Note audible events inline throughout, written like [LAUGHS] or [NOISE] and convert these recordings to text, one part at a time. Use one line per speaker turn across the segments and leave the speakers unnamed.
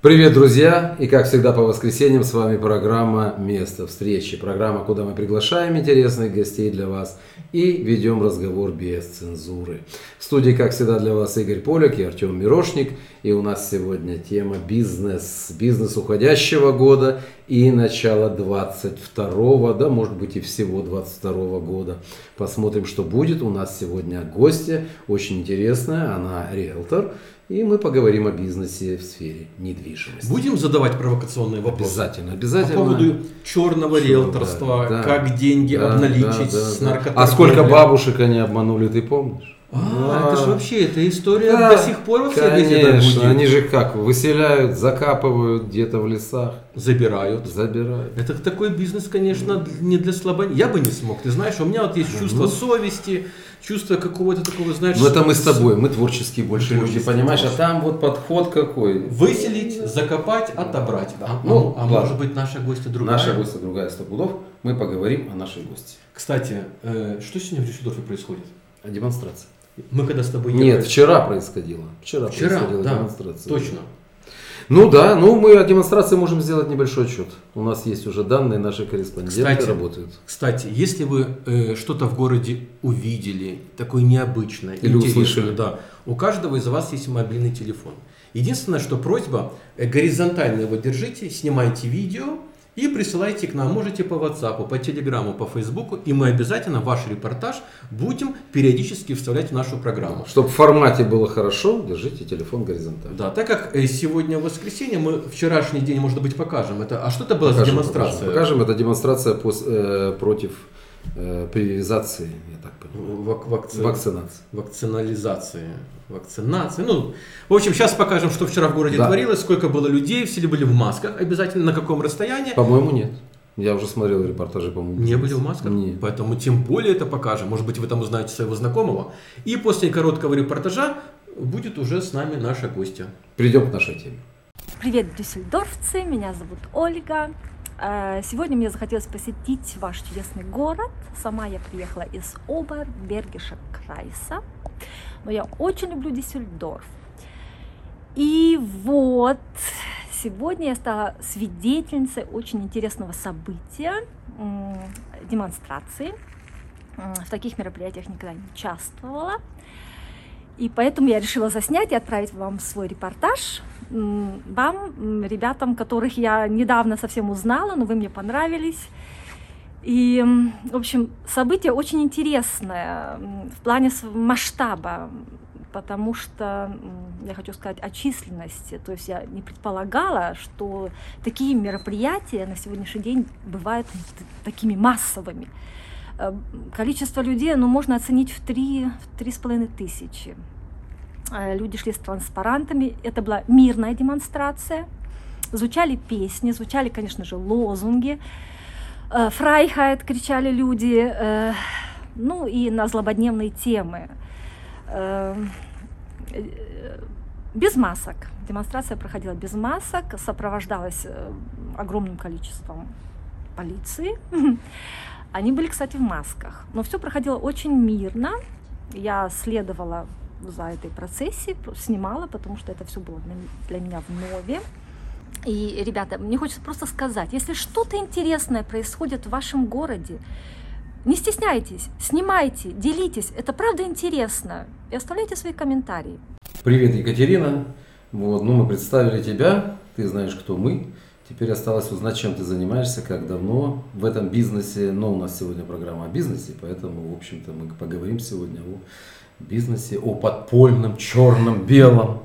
Привет, друзья! И как всегда по воскресеньям с вами программа «Место встречи». Программа, куда мы приглашаем интересных гостей для вас и ведем разговор без цензуры. В студии, как всегда, для вас Игорь Полик и Артем Мирошник. И у нас сегодня тема «Бизнес». Бизнес уходящего года и начало 22-го, да, может быть, и всего 22 года. Посмотрим, что будет. У нас сегодня гостья, очень интересная, она риэлтор. И мы поговорим о бизнесе в сфере недвижимости.
Будем задавать провокационные вопросы?
Обязательно, обязательно.
По поводу черного риэлторства,
да, да.
как деньги
Да,
обналичить
да, да,
с
да.
наркоторговлей.
А сколько бабушек они обманули, ты помнишь?
А, это же вообще, эта история
Да,
до сих пор во всех газетах
Конечно,
гудит.
они же как, выселяют, закапывают где-то в лесах,
Забирают.
забирают.
Это такой бизнес, конечно, не для слабонервных. Я бы не смог. Ты знаешь, у меня вот есть чувство совести, чувство какого-то такого, знаешь...
Но ну. это мы с тобой, мы творческие больше люди,
Творческие,
понимаешь? А
конечно.
там вот подход какой.
Выселить, закопать, отобрать. А,
Ну,
ну, а
ладно.
может быть, наша гостья другая?
Наша гостья другая сто пудов, мы поговорим о нашей гости.
Кстати, э, что сегодня в Дюссельдорфе происходит?
О демонстрации.
Мы когда с тобой
Нет,
ехали-
вчера происходило. Вчера,
Вчера,
происходила
да,
демонстрация.
точно.
Ну да, ну мы о демонстрации можем сделать небольшой отчет. У нас есть уже данные, наши корреспонденты
Кстати,
работают.
Кстати, если вы э, что-то в городе увидели, такое необычное,
Или
интересное,
услышали.
да, у каждого из вас есть мобильный телефон. Единственное, что просьба, э, горизонтально его держите, снимайте видео и присылайте к нам. Можете по WhatsApp, по Телеграму, по Фейсбуку, и мы обязательно ваш репортаж будем периодически вставлять в нашу программу.
Чтобы в формате было хорошо, держите телефон горизонтально.
Да, так как э, сегодня воскресенье, мы вчерашний день, может быть, покажем. Это, а что это была за
Покажем,
демонстрация?
Покажем, покажем. это демонстрация пос- э, против э, привилизации, я так понимаю.
Вак- вакци-
Вакцинации.
Вакцинализации. Вакцинации. Ну, в общем, сейчас покажем, что вчера в городе
Да.
творилось, сколько было людей, все ли были в масках обязательно, на каком расстоянии.
По-моему, нет. Я уже смотрел репортажи, по-моему.
Не
нет.
были в масках,
Нет.
поэтому тем более это покажем. Может быть, вы там узнаете своего знакомого. И после короткого репортажа будет уже с нами наша гостья.
Придем к нашей теме.
Привет, дюссельдорфцы, меня зовут Ольга. Э, Сегодня мне захотелось посетить ваш чудесный город. Сама я приехала из Обербергиша Крайса, но я очень люблю Дюссельдорф. И вот сегодня я стала свидетельницей очень интересного события, м, демонстрации. М, В таких мероприятиях никогда не участвовала. И поэтому я решила заснять и отправить вам свой репортаж. М, Вам, м, ребятам, которых я недавно совсем узнала, но вы мне понравились. И, м, в общем, событие очень интересное м, в плане с- масштаба, потому что м, я хочу сказать о численности. То есть я не предполагала, что такие мероприятия на сегодняшний день бывают т- такими массовыми. Э, Количество людей ну, можно оценить в три- в три с половиной тысячи. Э, Люди шли с транспарантами. Это была мирная демонстрация. Звучали песни, звучали, конечно же, лозунги. Э, Фрайхайт кричали люди. э, Ну и на злободневные темы. Э, э, Без масок. Демонстрация проходила без масок, сопровождалась э, огромным количеством полиции. [LAUGHS] Они были, кстати, в масках. Но все проходило очень мирно. Я следовала за этой процессией, про- снимала, потому что это все было для м- для меня в нове. И, ребята, мне хочется просто сказать, если что-то интересное происходит в вашем городе, не стесняйтесь, снимайте, делитесь. Это правда интересно. И оставляйте свои комментарии.
Привет, Екатерина. Вот, ну мы представили тебя, ты знаешь, кто мы. Теперь осталось узнать, чем ты занимаешься, как давно в этом бизнесе. Но у нас сегодня программа о бизнесе, поэтому, в общем-то, мы поговорим сегодня о бизнесе, о подпольном, черном, белом.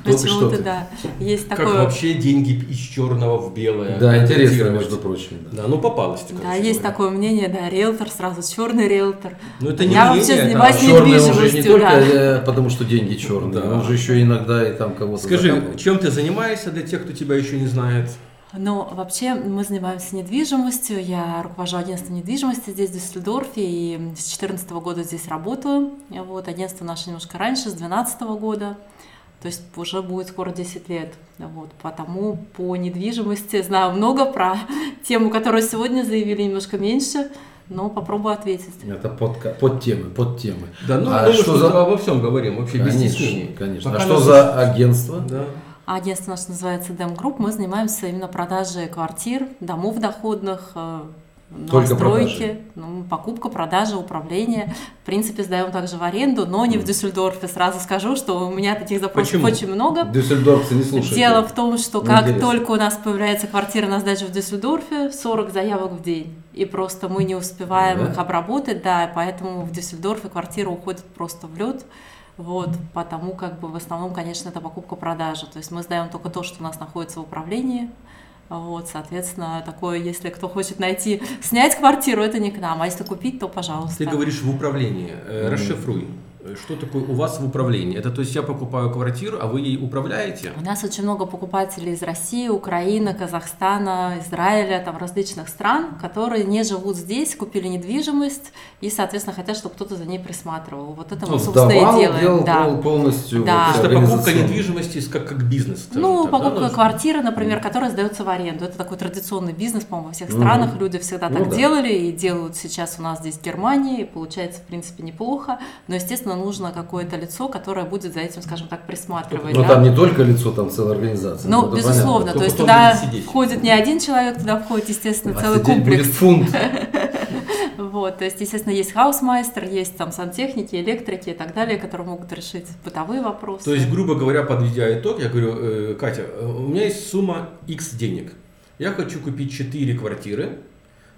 Кто ты, что
Почему-то,
ты.
да. Есть
Как
такое...
вообще деньги из черного в белое?
Да, интересно,
конвертировать?
между прочим. да.
Да, ну попалась ты,
Да,
короче
есть
говоря.
такое мнение, да, риэлтор сразу, черный риэлтор.
Ну это не
Я
мнение,
вообще
это
занимаюсь
вообще-
Черный уже не
недвижимостью,
только
да.
э, потому, что деньги черные,
Да.
он же еще иногда и там кого-то
Скажи,
закапывает.
чем ты занимаешься для тех, кто тебя еще не знает?
Но вообще мы занимаемся недвижимостью. Я руковожу агентством недвижимости здесь, в Дюссельдорфе, и с 2014 года здесь работаю. Вот, агентство наше немножко раньше, с 2012 года. То есть уже будет скоро 10 лет. Вот, потому по недвижимости знаю много про [LAUGHS] тему, которую сегодня заявили немножко меньше, но попробую ответить.
Это подка- под темы, под темы.
Да, ну,
А
ну, мы
что
что
за-
обо всем говорим, вообще без
Конечно,
стеснений.
конечно.
Пока
а что
нас-
за агентство?
Да.
Агентство наше называется Dem Group. Мы занимаемся именно продажей квартир, домов доходных, э,
Только
новостройки, ну, покупка, продажа, управление. В принципе, сдаем также в аренду, но не в Дюссельдорфе. Сразу скажу, что у меня таких запросов
Почему?
очень много.
Дюссельдорфцы не слушают.
Дело в том, что
Ну,
как
интересно.
только у нас появляется квартира на сдачу в Дюссельдорфе, 40 заявок в день. И просто мы не успеваем
Да?
их обработать, да, и поэтому в Дюссельдорфе квартира уходит просто в лед. Вот, потому как бы в основном, конечно, это покупка-продажа. То есть мы сдаем только то, что у нас находится в управлении. Вот, соответственно, такое, если кто хочет найти, снять квартиру, это не к нам, а если купить, то пожалуйста.
Ты говоришь в управлении. Э,
Мгм.
Расшифруй. Э, Что такое у вас в управлении? Это то есть я покупаю квартиру, а вы ей управляете?
У нас очень много покупателей из России, Украины, Казахстана, Израиля, там различных стран, которые не живут здесь, купили недвижимость и, соответственно, хотят, чтобы кто-то за ней присматривал. Вот это мы,
Ну,
собственно,
сдавал,
и делаем.
делал
да.
пол- полностью.
Да.
вот
То есть это покупка
организационно.
недвижимости с- как, как бизнес. скажем
Ну,
так, да,
покупка
Настя?
квартиры, например, которая сдается в аренду. Это такой традиционный бизнес, по-моему, во всех
Мгм.
странах. Люди всегда
Ну
так
да.
делали и делают сейчас у нас здесь в Германии. И получается, в принципе, неплохо. Но, естественно, нужно какое-то лицо, которое будет за этим, скажем так, присматривать.
Но
да.
Ну, там не только лицо, там целая организация.
Ну,
это
безусловно,
понятно.
Кто
то есть
потом
туда
будет сидеть?
входит не один человек, туда входит, естественно,
А
целый
сидеть
комплекс.
будет
[LAUGHS]
фунт.
Вот, то есть, естественно, есть хаусмайстер, есть там сантехники, электрики и так далее, которые могут решить бытовые вопросы.
То есть, грубо говоря, подведя итог, я говорю, «Э, Катя, э, у меня есть сумма X денег. Я хочу купить 4 квартиры,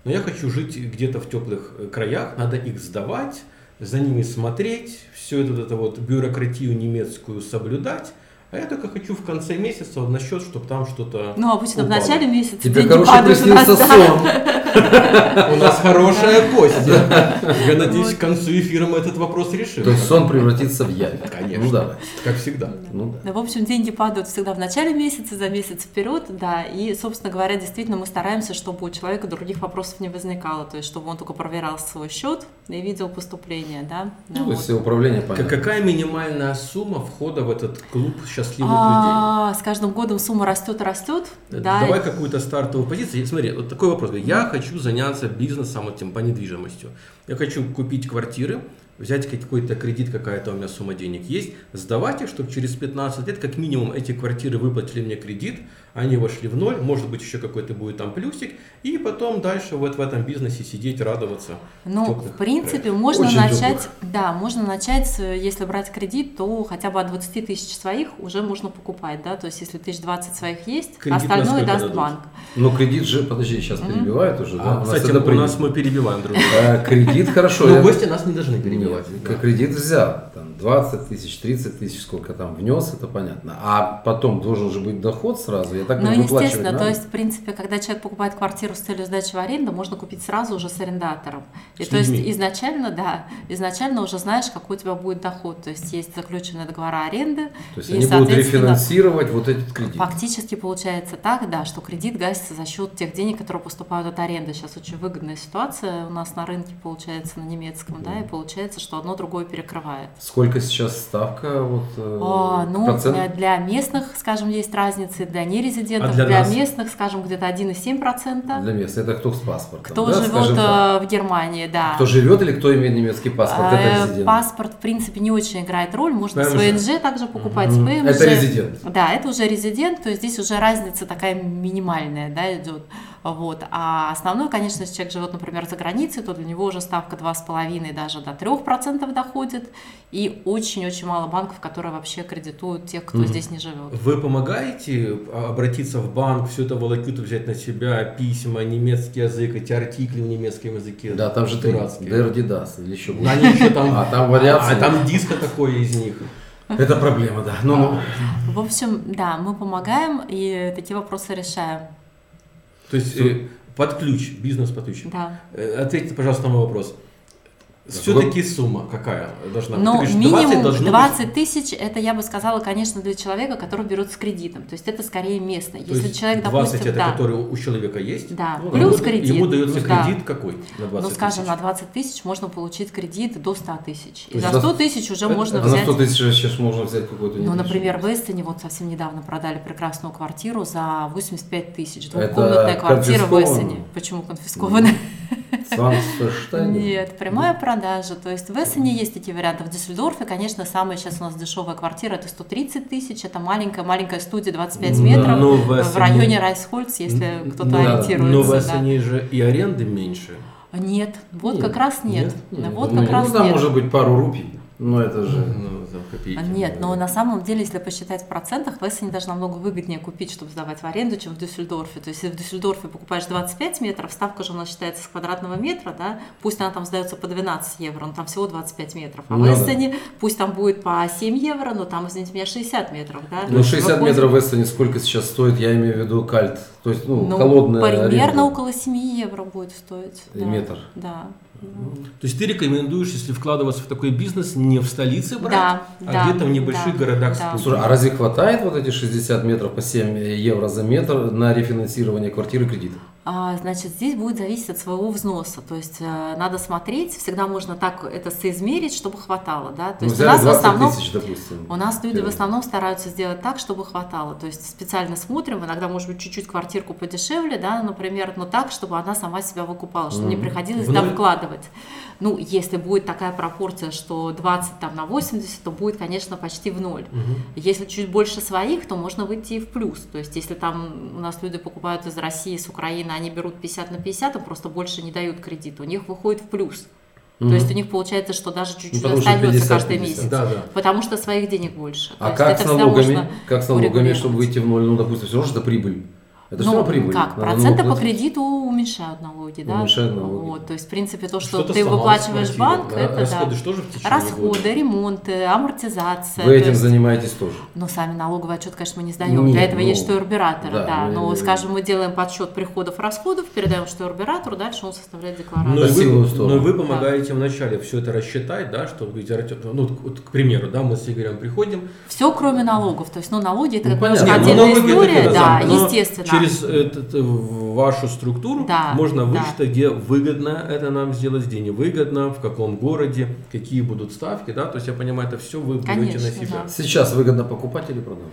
но я хочу жить где-то в теплых э, краях, надо их сдавать, за ними смотреть, всю эту, вот эту вот бюрократию немецкую соблюдать. А я только хочу в конце месяца на счет, чтобы там что-то...
Ну, обычно в
упало.
начале месяца
Тебе,
деньги
короче,
падают у нас,
приснился
да. [LAUGHS]
сон.
У нас хорошая гостья. Я надеюсь, к концу эфира мы этот вопрос решим.
То есть сон превратится в явь.
Конечно.
Ну да.
Как всегда.
Ну да.
Ну, В общем, деньги падают всегда в начале месяца, за месяц вперед, да. И, собственно говоря, действительно мы стараемся, чтобы у человека других вопросов не возникало. То есть, чтобы он только проверял свой счет и видел поступление, да.
Ну, то
Вот.
есть все управление
К-
понятно.
Какая минимальная сумма входа в этот клуб счастливых людей? Э,
А, С каждым годом сумма растет и растет. Да,
Давай какую-то стартовую позицию. Смотри, вот такой вопрос. Я хочу заняться бизнесом вот этим по недвижимостью. Я хочу купить квартиры, взять ка- какой-то кредит, какая-то у меня сумма денег есть, сдавать их, чтобы через 15 лет как минимум эти квартиры выплатили мне кредит, они вошли в ноль, может быть еще какой-то будет там плюсик, и потом дальше вот в этом бизнесе сидеть, радоваться.
Ну,
Теплых
в принципе, можно
э, Очень
начать,
теплых.
да, можно начать, э, если брать кредит, то хотя бы от 20 тысяч своих уже можно покупать, да, то есть если тысяч 20 своих есть,
Кредит на
остальное
сколько
даст
дадут?
банк.
Но кредит же, подожди, сейчас
Мгм.
перебивают уже, да?
А,
У нас
Кстати,
это
у
принято.
нас Ну, мы перебиваем друг друга.
А, Кредит хорошо.
Но
я-
гости нас не должны перебивать.
Нет,
Да.
к- Кредит взял, там 20 тысяч, 30 тысяч, сколько там внес, это понятно. А потом должен же быть доход сразу, я так
Ну,
понимаю, выплачивать
естественно,
надо?
то есть, в принципе, когда человек покупает квартиру с целью сдачи в аренду, можно купить сразу уже с арендатором. И
С
то есть
людьми.
изначально, да, изначально уже знаешь, какой у тебя будет доход. То есть есть заключенные договора аренды,
То есть
и,
они будут
соответственно,
рефинансировать вот этот кредит.
Фактически получается так, да, что кредит гасится за счет тех денег, которые поступают от аренды. Сейчас очень выгодная ситуация у нас на рынке, получается, на немецком, да, и получается, что одно другое перекрывает.
Сколько сейчас ставка? Вот, э,
А, ну,
процент?
для, для местных, скажем, есть разница, и для нерезидентов,
А для нас?
местных, скажем, где-то 1,7%.
Для мест. Это кто с паспортом?
Кто
да,
живет
скажем так?
э, в Германии, да.
Кто живет или кто имеет немецкий паспорт?
Э,
Это резидент.
Паспорт, в принципе, не очень играет роль. Можно с
ПМЖ.
ВНЖ также покупать, с
Мгм.
ПМЖ.
Это резидент.
Да, это уже резидент, то есть здесь уже разница такая минимальная, да, идет. Вот. А основное, конечно, если человек живет, например, за границей, то для него уже ставка 2,5, даже до 3% доходит. И очень-очень мало банков, которые вообще кредитуют тех, кто
Мгм.
здесь не живет.
Вы помогаете а, обратиться в банк, всю эту волокиту взять на себя, письма, немецкий язык, эти артикли в немецком языке?
Да, там же три.
дурацкие.
Дерди Дас или еще
Да,
больше.
Они еще там...
А там вариации.
А там диско такое из них.
Это проблема, да. Ну, ну.
В общем, да, мы помогаем и такие вопросы решаем.
То есть э, под ключ, бизнес под ключ.
Да.
Э, Ответьте, пожалуйста, на мой вопрос. Все-таки сумма какая должна быть? Ты
Но
говоришь,
Ну, минимум 20,
должно быть.
тысяч, это я бы сказала, конечно, для человека, который берет с кредитом. То есть это скорее местно.
То
Если
есть
человек,
20
допустим,
это
да,
который у человека есть?
Да.
Ну,
Плюс
ему-
кредит. Ну
Ему дается
Да.
кредит какой на 20
ну, скажем,
тысяч?
на 20 тысяч можно получить кредит до 100 тысяч.
То
И
есть
за
за
100 тысяч уже
это-
можно
А на
взять...
100 тысяч сейчас можно взять какую-то
Ну,
недвижимость.
например, в Эстоне вот совсем недавно продали прекрасную квартиру за 85 тысяч.
Это
Двухкомнатная квартира в
конфисковано? Ну,
Эстоне. Почему конфискованная?
Сам Ферштайн?
[LAUGHS] Нет, прямая продажа. То есть в Эссене есть такие варианты. В Дюссельдорфе, конечно, самая сейчас у нас дешевая квартира, это 130 тысяч. Это маленькая-маленькая студия 25
Ну,
Да,
метров
но в
в
Эссене-
районе Райсхольц, если кто-то
да, ну,
ориентируется.
ну Но в
да.
Эссене же и аренды меньше.
Нет, вот
Нет,
как раз нет.
нет, нет.
Вот
Ну,
как раз
ну, там
нет.
может быть пару рупий, но это же...
Ну, там копейки.
Нет, но на самом деле, если посчитать в процентах, в Эссене даже намного выгоднее купить, чтобы сдавать в аренду, чем в Дюссельдорфе. То есть, если в Дюссельдорфе покупаешь 25 метров, ставка же у нас считается с квадратного метра, да, пусть она там сдается по 12 евро, но там всего 25 метров. А
Ну
в
да.
Эссене пусть там будет по 7 евро, но там, извините меня, 60 метров, да.
Ну, 60
Выходит-
метров в Эстоне сколько сейчас стоит, я имею в виду кальт. То есть, ну,
Ну,
холодная аренда.
Примерно около 7 евро будет стоить.
И
да.
метр.
Да.
То есть ты рекомендуешь, если вкладываться в такой бизнес, не в столице брать,
Да,
а
да,
где-то в небольших
да,
городах.
да.
спутать.
Слушай, а разве хватает вот эти 60 метров по 7 евро за метр на рефинансирование квартиры кредита?
А, Значит, здесь будет зависеть от своего взноса. То есть э, надо смотреть, всегда можно так это соизмерить, чтобы хватало. Да? То
Ну,
есть у
взяли
нас в
20
основном
тысяч, допустим.
у нас люди в
Первый.
основном стараются сделать так, чтобы хватало. То есть специально смотрим, иногда, может быть, чуть-чуть квартирку подешевле, да, например, но так, чтобы она сама себя выкупала, чтобы не
Мгм.
приходилось
В
там
ноль.
вкладывать. Ну, если будет такая пропорция, что 20 там на 80, то будет, конечно, почти в ноль.
Мгм.
Если чуть больше своих, то можно выйти и в плюс. То есть, если там у нас люди покупают из России, с Украины, они берут 50 на 50, им просто больше не дают кредит. У них выходит в плюс.
Мгм. Ну,
То есть, у них получается, что даже чуть-чуть
потому что
остается
50,
каждый
50.
месяц.
Да, да.
Потому что своих денег больше. То
А
есть
как с
это всегда
налогами?
можно-
Как с налогами,
урегулировать.
чтобы выйти в ноль? Ну, допустим, все равно же это прибыль. Это все
Ну,
равно прибыль.
как?
Надо
Проценты
налог
по
платить.
кредиту уменьшают налоги, да?
Уменьшают налоги.
Вот, то есть, в принципе, то, что
Что-то
ты
сломалось в
выплачиваешь
квартире,
банк,
да?
это
Расходы
да.
что же в течение года?
Расходы, ремонты, амортизация.
Вы
то
этим
есть-
занимаетесь тоже.
Но сами налоговый отчет, конечно, мы не сдаем.
Нет,
Для этого
ну,
есть штуербюратор,
да, ну,
да.
мы-
Но, скажем, мы делаем подсчет приходов, расходов, передаем штуербюратору, дальше он составляет декларацию.
Ну,
Но Ну, и, вы,
Красивую сторону.
но и вы помогаете вначале все это рассчитать, да, что вы говорите, ну, вот, вот, к примеру, да, мы с Игорем приходим.
Все, кроме налогов. То есть, ну, налоги это
Ну,
как немножко
понятно.
отдельная
налоги это
история,
когда
да,
зам, но
естественно.
Через этот, э, в- вашу структуру
Да,
можно
да.
вычитать, где выгодно это нам сделать, где невыгодно, в каком городе, какие будут ставки, да, то есть я понимаю, это все вы берете на
Конечно,
себя.
да.
Сейчас выгодно покупать или продавать?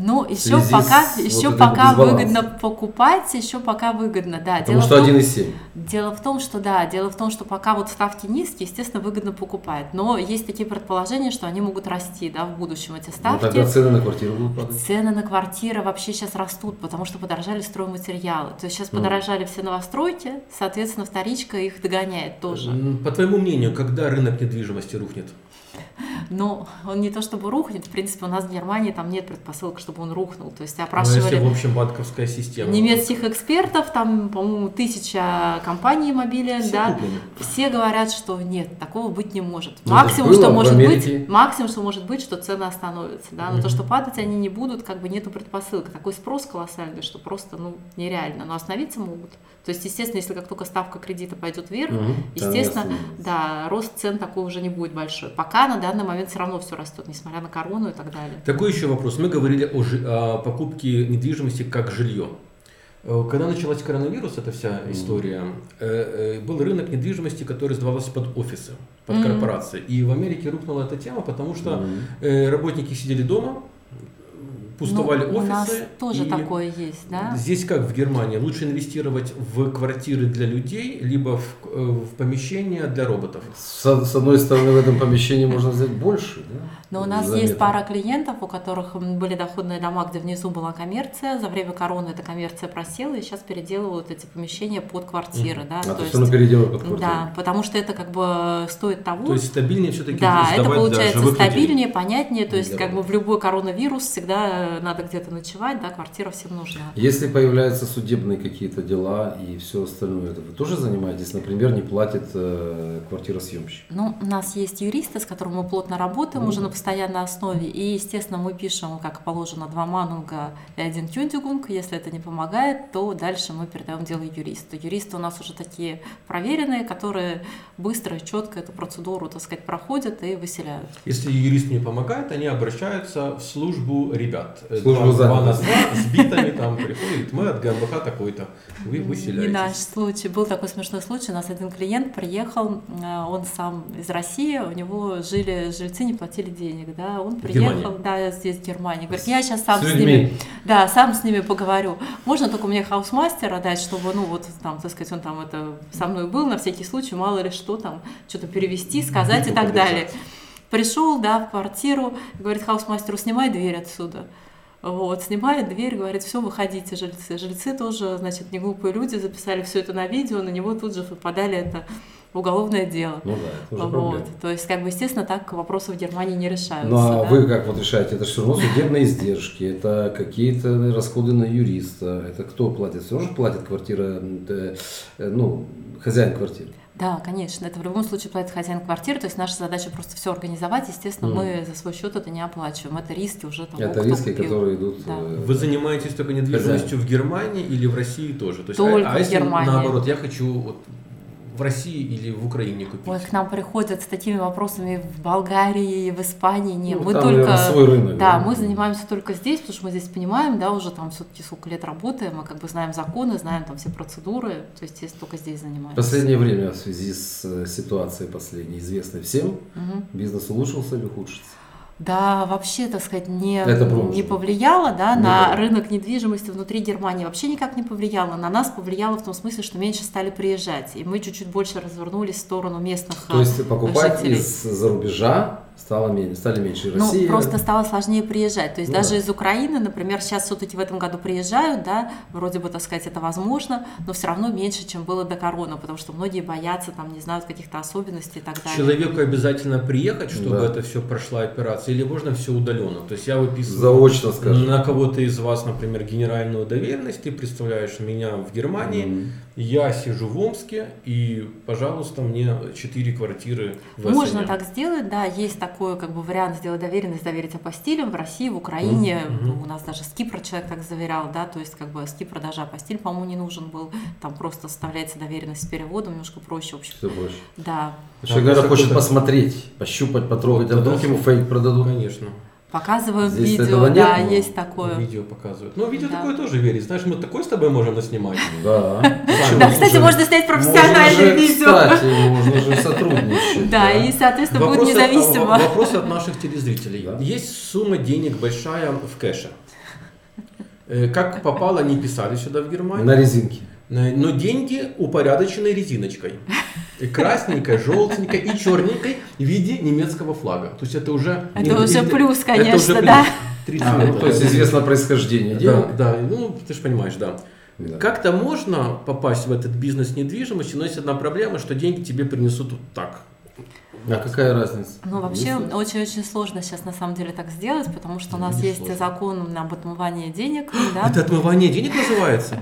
Ну, еще
связи
пока,
с
еще
вот этим
пока
дисбалансом.
выгодно покупать, еще пока выгодно, да.
Потому
А Дело
что
в том-
1,7.
Дело в том, что да, дело в том, что пока вот ставки низкие, естественно, выгодно покупать. Но есть такие предположения, что они могут расти, да, в будущем эти
Ну,
ставки.
тогда цены на квартиру будут падать.
Цены на квартиры вообще сейчас растут, потому что подорожали стройматериалы. То есть сейчас
Мгм.
подорожали все новостройки, соответственно, вторичка их догоняет тоже.
М, По твоему мнению, когда рынок недвижимости рухнет?
Но он не то чтобы рухнет, в принципе, у нас в Германии там нет предпосылок, чтобы он рухнул. То есть
Ну, если, в
опрашивали
общем, банковская система.
немецких экспертов, там, по-моему, тысяча компаний мобилен,
Все
да,
куплены.
все говорят, что нет, такого быть не может.
Ну, это
Максимум,
было
что
в
может
Америке.
быть, максимум, что может быть, что цены остановятся, да, но то, что падать они не будут, как бы нету предпосылок. Такой спрос колоссальный, что просто, ну, нереально, но остановиться могут. То есть, естественно, если как только ставка кредита пойдет вверх,
Мгм.
естественно,
Да, ясно.
да, рост цен такой уже не будет большой. Пока на данный момент все равно все растет, несмотря на корону и так далее.
Такой еще вопрос. Мы говорили о, жи- о покупке недвижимости как жилье. Э, Когда началась коронавирус, эта вся история, э, э, был рынок недвижимости, который сдавался под офисы, под
Мгм.
корпорации. И в Америке рухнула эта тема, потому что
Мгм.
э, работники сидели дома, пустовали
Ну, У
офисы.
нас тоже
и
такое есть, да?
Здесь как в Германии? Лучше инвестировать в квартиры для людей, либо в, к- э, в помещения для роботов.
С, с одной стороны, в этом помещении можно взять больше, да?
Но у нас
Заметно.
есть пара клиентов, у которых м, были доходные дома, где внизу была коммерция. За время короны эта коммерция просела, и сейчас переделывают эти помещения под квартиры. Да,
А,
то
то есть
есть-
оно переделывает под квартиру.
да, потому что это как бы стоит того.
То есть стабильнее все-таки
да,
сдавать
это
для
получается
живых людей.
стабильнее, понятнее. То есть
Для
как бы в любой коронавирус всегда э, надо где-то ночевать, да, квартира всем нужна.
Если появляются судебные какие-то дела и все остальное, это вы тоже занимаетесь? Например, не платит э, квартиросъемщик.
Ну, у нас есть юристы, с которыми мы плотно работаем уже на постоянной основе. И, естественно, мы пишем, как положено, два манунга и один тюндигунг. Если это не помогает, то дальше мы передаем дело юристу. Юристы у нас уже такие проверенные, которые быстро и четко эту процедуру, так сказать, проходят и выселяют.
Если юрист не помогает, они обращаются в службу ребят. Э,
Службу
два- два
занятости.
на два, с битами там приходят, говорит, мы от ГМБХ такой-то, вы
Не наш
выселяетесь.
случай. Был такой смешной случай. У нас один клиент приехал, э, он сам из России, у него жили жильцы, не платили денег, да, он
Германии.
приехал, да, здесь в Германии, говорит, я сейчас сам
С
с, ними,
людьми.
да, сам с ними поговорю. Можно только мне хаусмастера дать, чтобы, ну вот, там, так сказать, он там это со мной был на всякий случай, мало ли что там, что-то перевести, сказать и
Битву
так
поддержать.
далее. Пришел, да, в квартиру, говорит хаусмастеру, снимай дверь отсюда. Вот, снимает дверь, говорит, все, выходите, жильцы. Жильцы тоже, значит, не глупые люди, записали все это на видео, на него тут же попадали это уголовное дело.
Ну да, это уже
Вот,
проблема.
то есть, как бы, естественно, так вопросы в Германии не решаются.
Ну а
да.
вы как вот решаете? Это же все равно судебные издержки, это какие-то расходы на юриста, это кто платит? Все же платит квартира, м, э, э, ну, хозяин квартиры.
Да, конечно, это в любом случае платит хозяин квартиры, то есть наша задача просто все организовать, естественно,
Мгм.
мы за свой счет это не оплачиваем, это риски уже там.
это
кто
риски,
купил.
которые идут...
Да.
э,
Вы занимаетесь только недвижимостью в Германии или в России тоже? То есть, а-
Только
а,
в
если
Германии.
наоборот, я хочу вот в России или в Украине купить?
Ой, к нам приходят с такими вопросами в Болгарии, в Испании, не,
ну,
мы
там,
только...
наверное, свой рынок.
Да, мы занимаемся только здесь, потому что мы здесь понимаем, да, уже там все-таки сколько лет работаем, мы как бы знаем законы, знаем там все процедуры, то есть здесь только здесь
В
занимаемся.
последнее время в связи с э, ситуацией последней, известной всем,
Мгм.
бизнес улучшился или ухудшился?
Да, вообще, так сказать, не,
Это бронза.
не повлияло да,
Не
на
повлияло.
рынок недвижимости внутри Германии, вообще никак не повлияло. На нас повлияло в том смысле, что меньше стали приезжать, и мы чуть-чуть больше развернулись в сторону местных.
То
а,
есть покупать
жителей.
из-за рубежа стало меньше, стали меньше
Ну,
России.
просто стало сложнее приезжать. То есть
Ну
даже
да.
из Украины, например, сейчас все-таки в этом году приезжают, да, вроде бы, так сказать, это возможно, но все равно меньше, чем было до короны, потому что многие боятся, там, не знают каких-то особенностей и так далее.
Человеку обязательно приехать, чтобы
Да.
это все прошла операция, или можно все удаленно? То есть я выписываю
Заочно, скажем.
на кого-то из вас, например, генеральную доверенность, ты представляешь меня в Германии,
Мгм.
я сижу в Омске, и, пожалуйста, мне 4 квартиры в
Можно
Ассене.
так сделать, да, есть такой как бы вариант сделать доверенность, доверить апостилем в России, в Украине,
Мгм.
ну, у нас даже с Кипра человек так заверял, да, то есть как бы с Кипра даже апостиль, по-моему, не нужен был, там просто составляется доверенность с переводом, немножко проще, в общем,
Все проще.
да,
Человек,
просто
наверное, хочет
кто-то-
посмотреть, пощупать, потрогать, а
Вот,
вдруг
да.
ему фейк продадут.
Конечно.
показывают
Здесь
видео,
этого нет,
да,
но
есть такое.
Видео показывают. Ну, видео
Да.
такое тоже верит. Знаешь, мы такое с тобой можем наснимать.
[LAUGHS] Да.
Да, кстати, можно снять
Можно
профессиональное
же,
видео.
Кстати, можно же сотрудничать.
Да, и, соответственно, будет
Вопрос от-
независимо.
в- вопрос от наших телезрителей.
Да.
Есть сумма денег большая в кэше. Э, Как попало, они писали сюда в Германию.
На резинке.
Э, Но деньги упорядочены резиночкой. И красненькой, желтенькой и черненькой в виде немецкого флага. То есть это уже...
Это уже плюс,
это уже
конечно,
плюс.
да.
30
А, ну,
лет.
то есть известно происхождение
Да,
денег.
да, ну ты же понимаешь, да.
Да.
Как-то можно попасть в этот бизнес недвижимости, но есть одна проблема, что деньги тебе принесут вот так.
А какая разница?
Ну, вообще,
Если-
очень-очень сложно сейчас, на самом деле, так сделать, потому что у
Да,
нас
не
есть
сложно.
закон об отмывании
[GASPS]
денег,
Это
да, А
отмывание денег
[LAUGHS]
называется?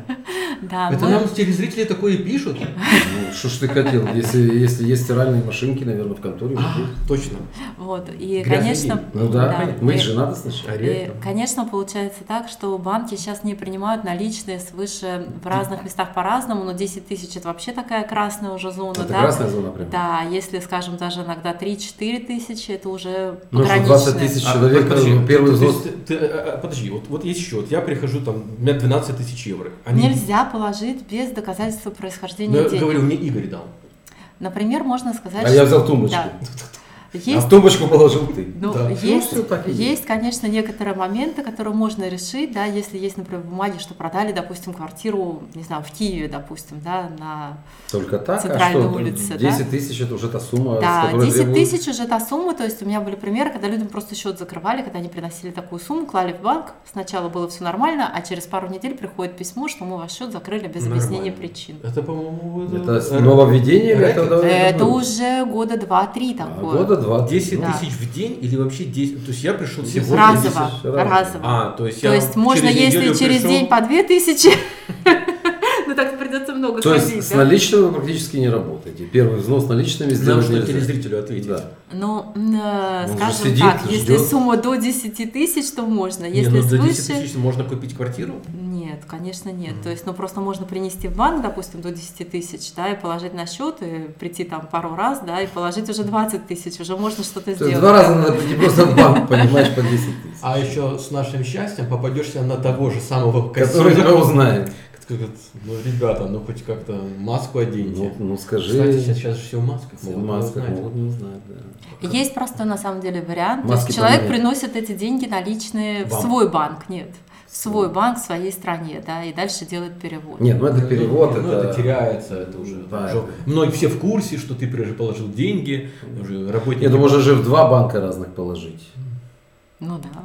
да,
Это
мы-
нам телезрители такое и пишут.
Ну, что ж ты хотел? Если, если есть стиральные машинки, наверное, в конторе.
А,
уже есть.
Точно.
вот, и,
Грязные
конечно...
деньги.
Ну да,
Да.
мыть же надо сначала.
А
И,
реально?
конечно, получается так, что банки сейчас не принимают наличные свыше в разных местах по-разному, но 10 тысяч это вообще такая красная уже зона,
Это
Ну да?
красная зона прям.
Да, если, скажем, даже иногда 3-4 тысячи, это уже
Ну, что
пограничное.
20 тысяч
А,
человек,
подожди,
первый
то
взнос.
есть ты- ты, а, а, Подожди, вот, вот есть счет. Я прихожу, там, у меня 12 тысяч евро. Они-
Нельзя положить без доказательства
Ну,
происхождения
я
денег.
говорю, мне Игорь дал.
Например, можно сказать,
А я
что-
взял тумбочку.
Да.
[LAUGHS] А
Есть
в тумбочку положил ты.
Ну,
Да, всё-
есть,
всё так и есть.
есть, конечно, некоторые моменты, которые можно решить, да, если есть, например, бумаги, что продали, допустим, квартиру, не знаю, в Киеве, допустим, да, на...
Только так? а
Центральной
что?
улице, да?
10 тысяч это уже та сумма, с
Да,
которой
10
требуют-
тысяч уже та сумма, то есть у меня были примеры, когда людям просто счет закрывали, когда они приносили такую сумму, клали в банк, сначала было все нормально, а через пару недель приходит письмо, что мы ваш счет закрыли без
Нормально.
объяснения причин.
Это, э, по-моему,
Это с
р-
нововведением?
рэкет.
Это, довольно
Это
много.
уже года два-три
А,
такое.
Года два.
10
Да.
тысяч в день или вообще 10? То есть я пришел
Десять.
сегодня...
Разово,
10 раз.
разово.
А, то есть
То
я
есть можно,
через
если
неделю
через
пришел-
день по две тысячи, [LAUGHS] ну так придется много
То есть
сходить,
с
да?
наличными вы практически не работаете. Первый взнос наличными
Нам
сделать
что
нельзя.
телезрителю ответить.
Да.
Ну, м, э,
Он же
скажем
сидит,
так, если
ждет.
сумма до 10 тысяч, то можно.
Не,
А Если
ну за 10
свыше...
тысяч можно купить квартиру?
Нет, конечно, нет.
Мгм.
То есть, ну просто можно принести в банк, допустим, до 10 тысяч, да, и положить на счет, и прийти там пару раз, да, и положить уже 20 тысяч, уже можно что-то
То есть
сделать.
два раза надо прийти просто в банк, понимаешь, по 10 тысяч.
А еще с нашим счастьем попадешься на того же самого
Который тебя
кассира,
узнает.
Скажут, ну, ребята, ну хоть как-то маску оденьте.
Ну, ну, скажи.
Кстати, сейчас, сейчас же все в масках.
в
могут не
масках
узнать.
могут не узнать, да.
Есть простой на самом деле вариант. То
Маски
есть человек
поменяли.
приносит эти деньги наличные в
Вам.
свой банк, нет, в
Свой.
свой банк в своей стране, да, и дальше делает перевод.
Нет, ну это перевод,
Ну,
это...
это теряется, это уже.
Да,
уже
это-
Многие все в курсе, что ты прежде положил деньги, уже работники.
Нет, ну можно же в два банка разных положить.
Ну да.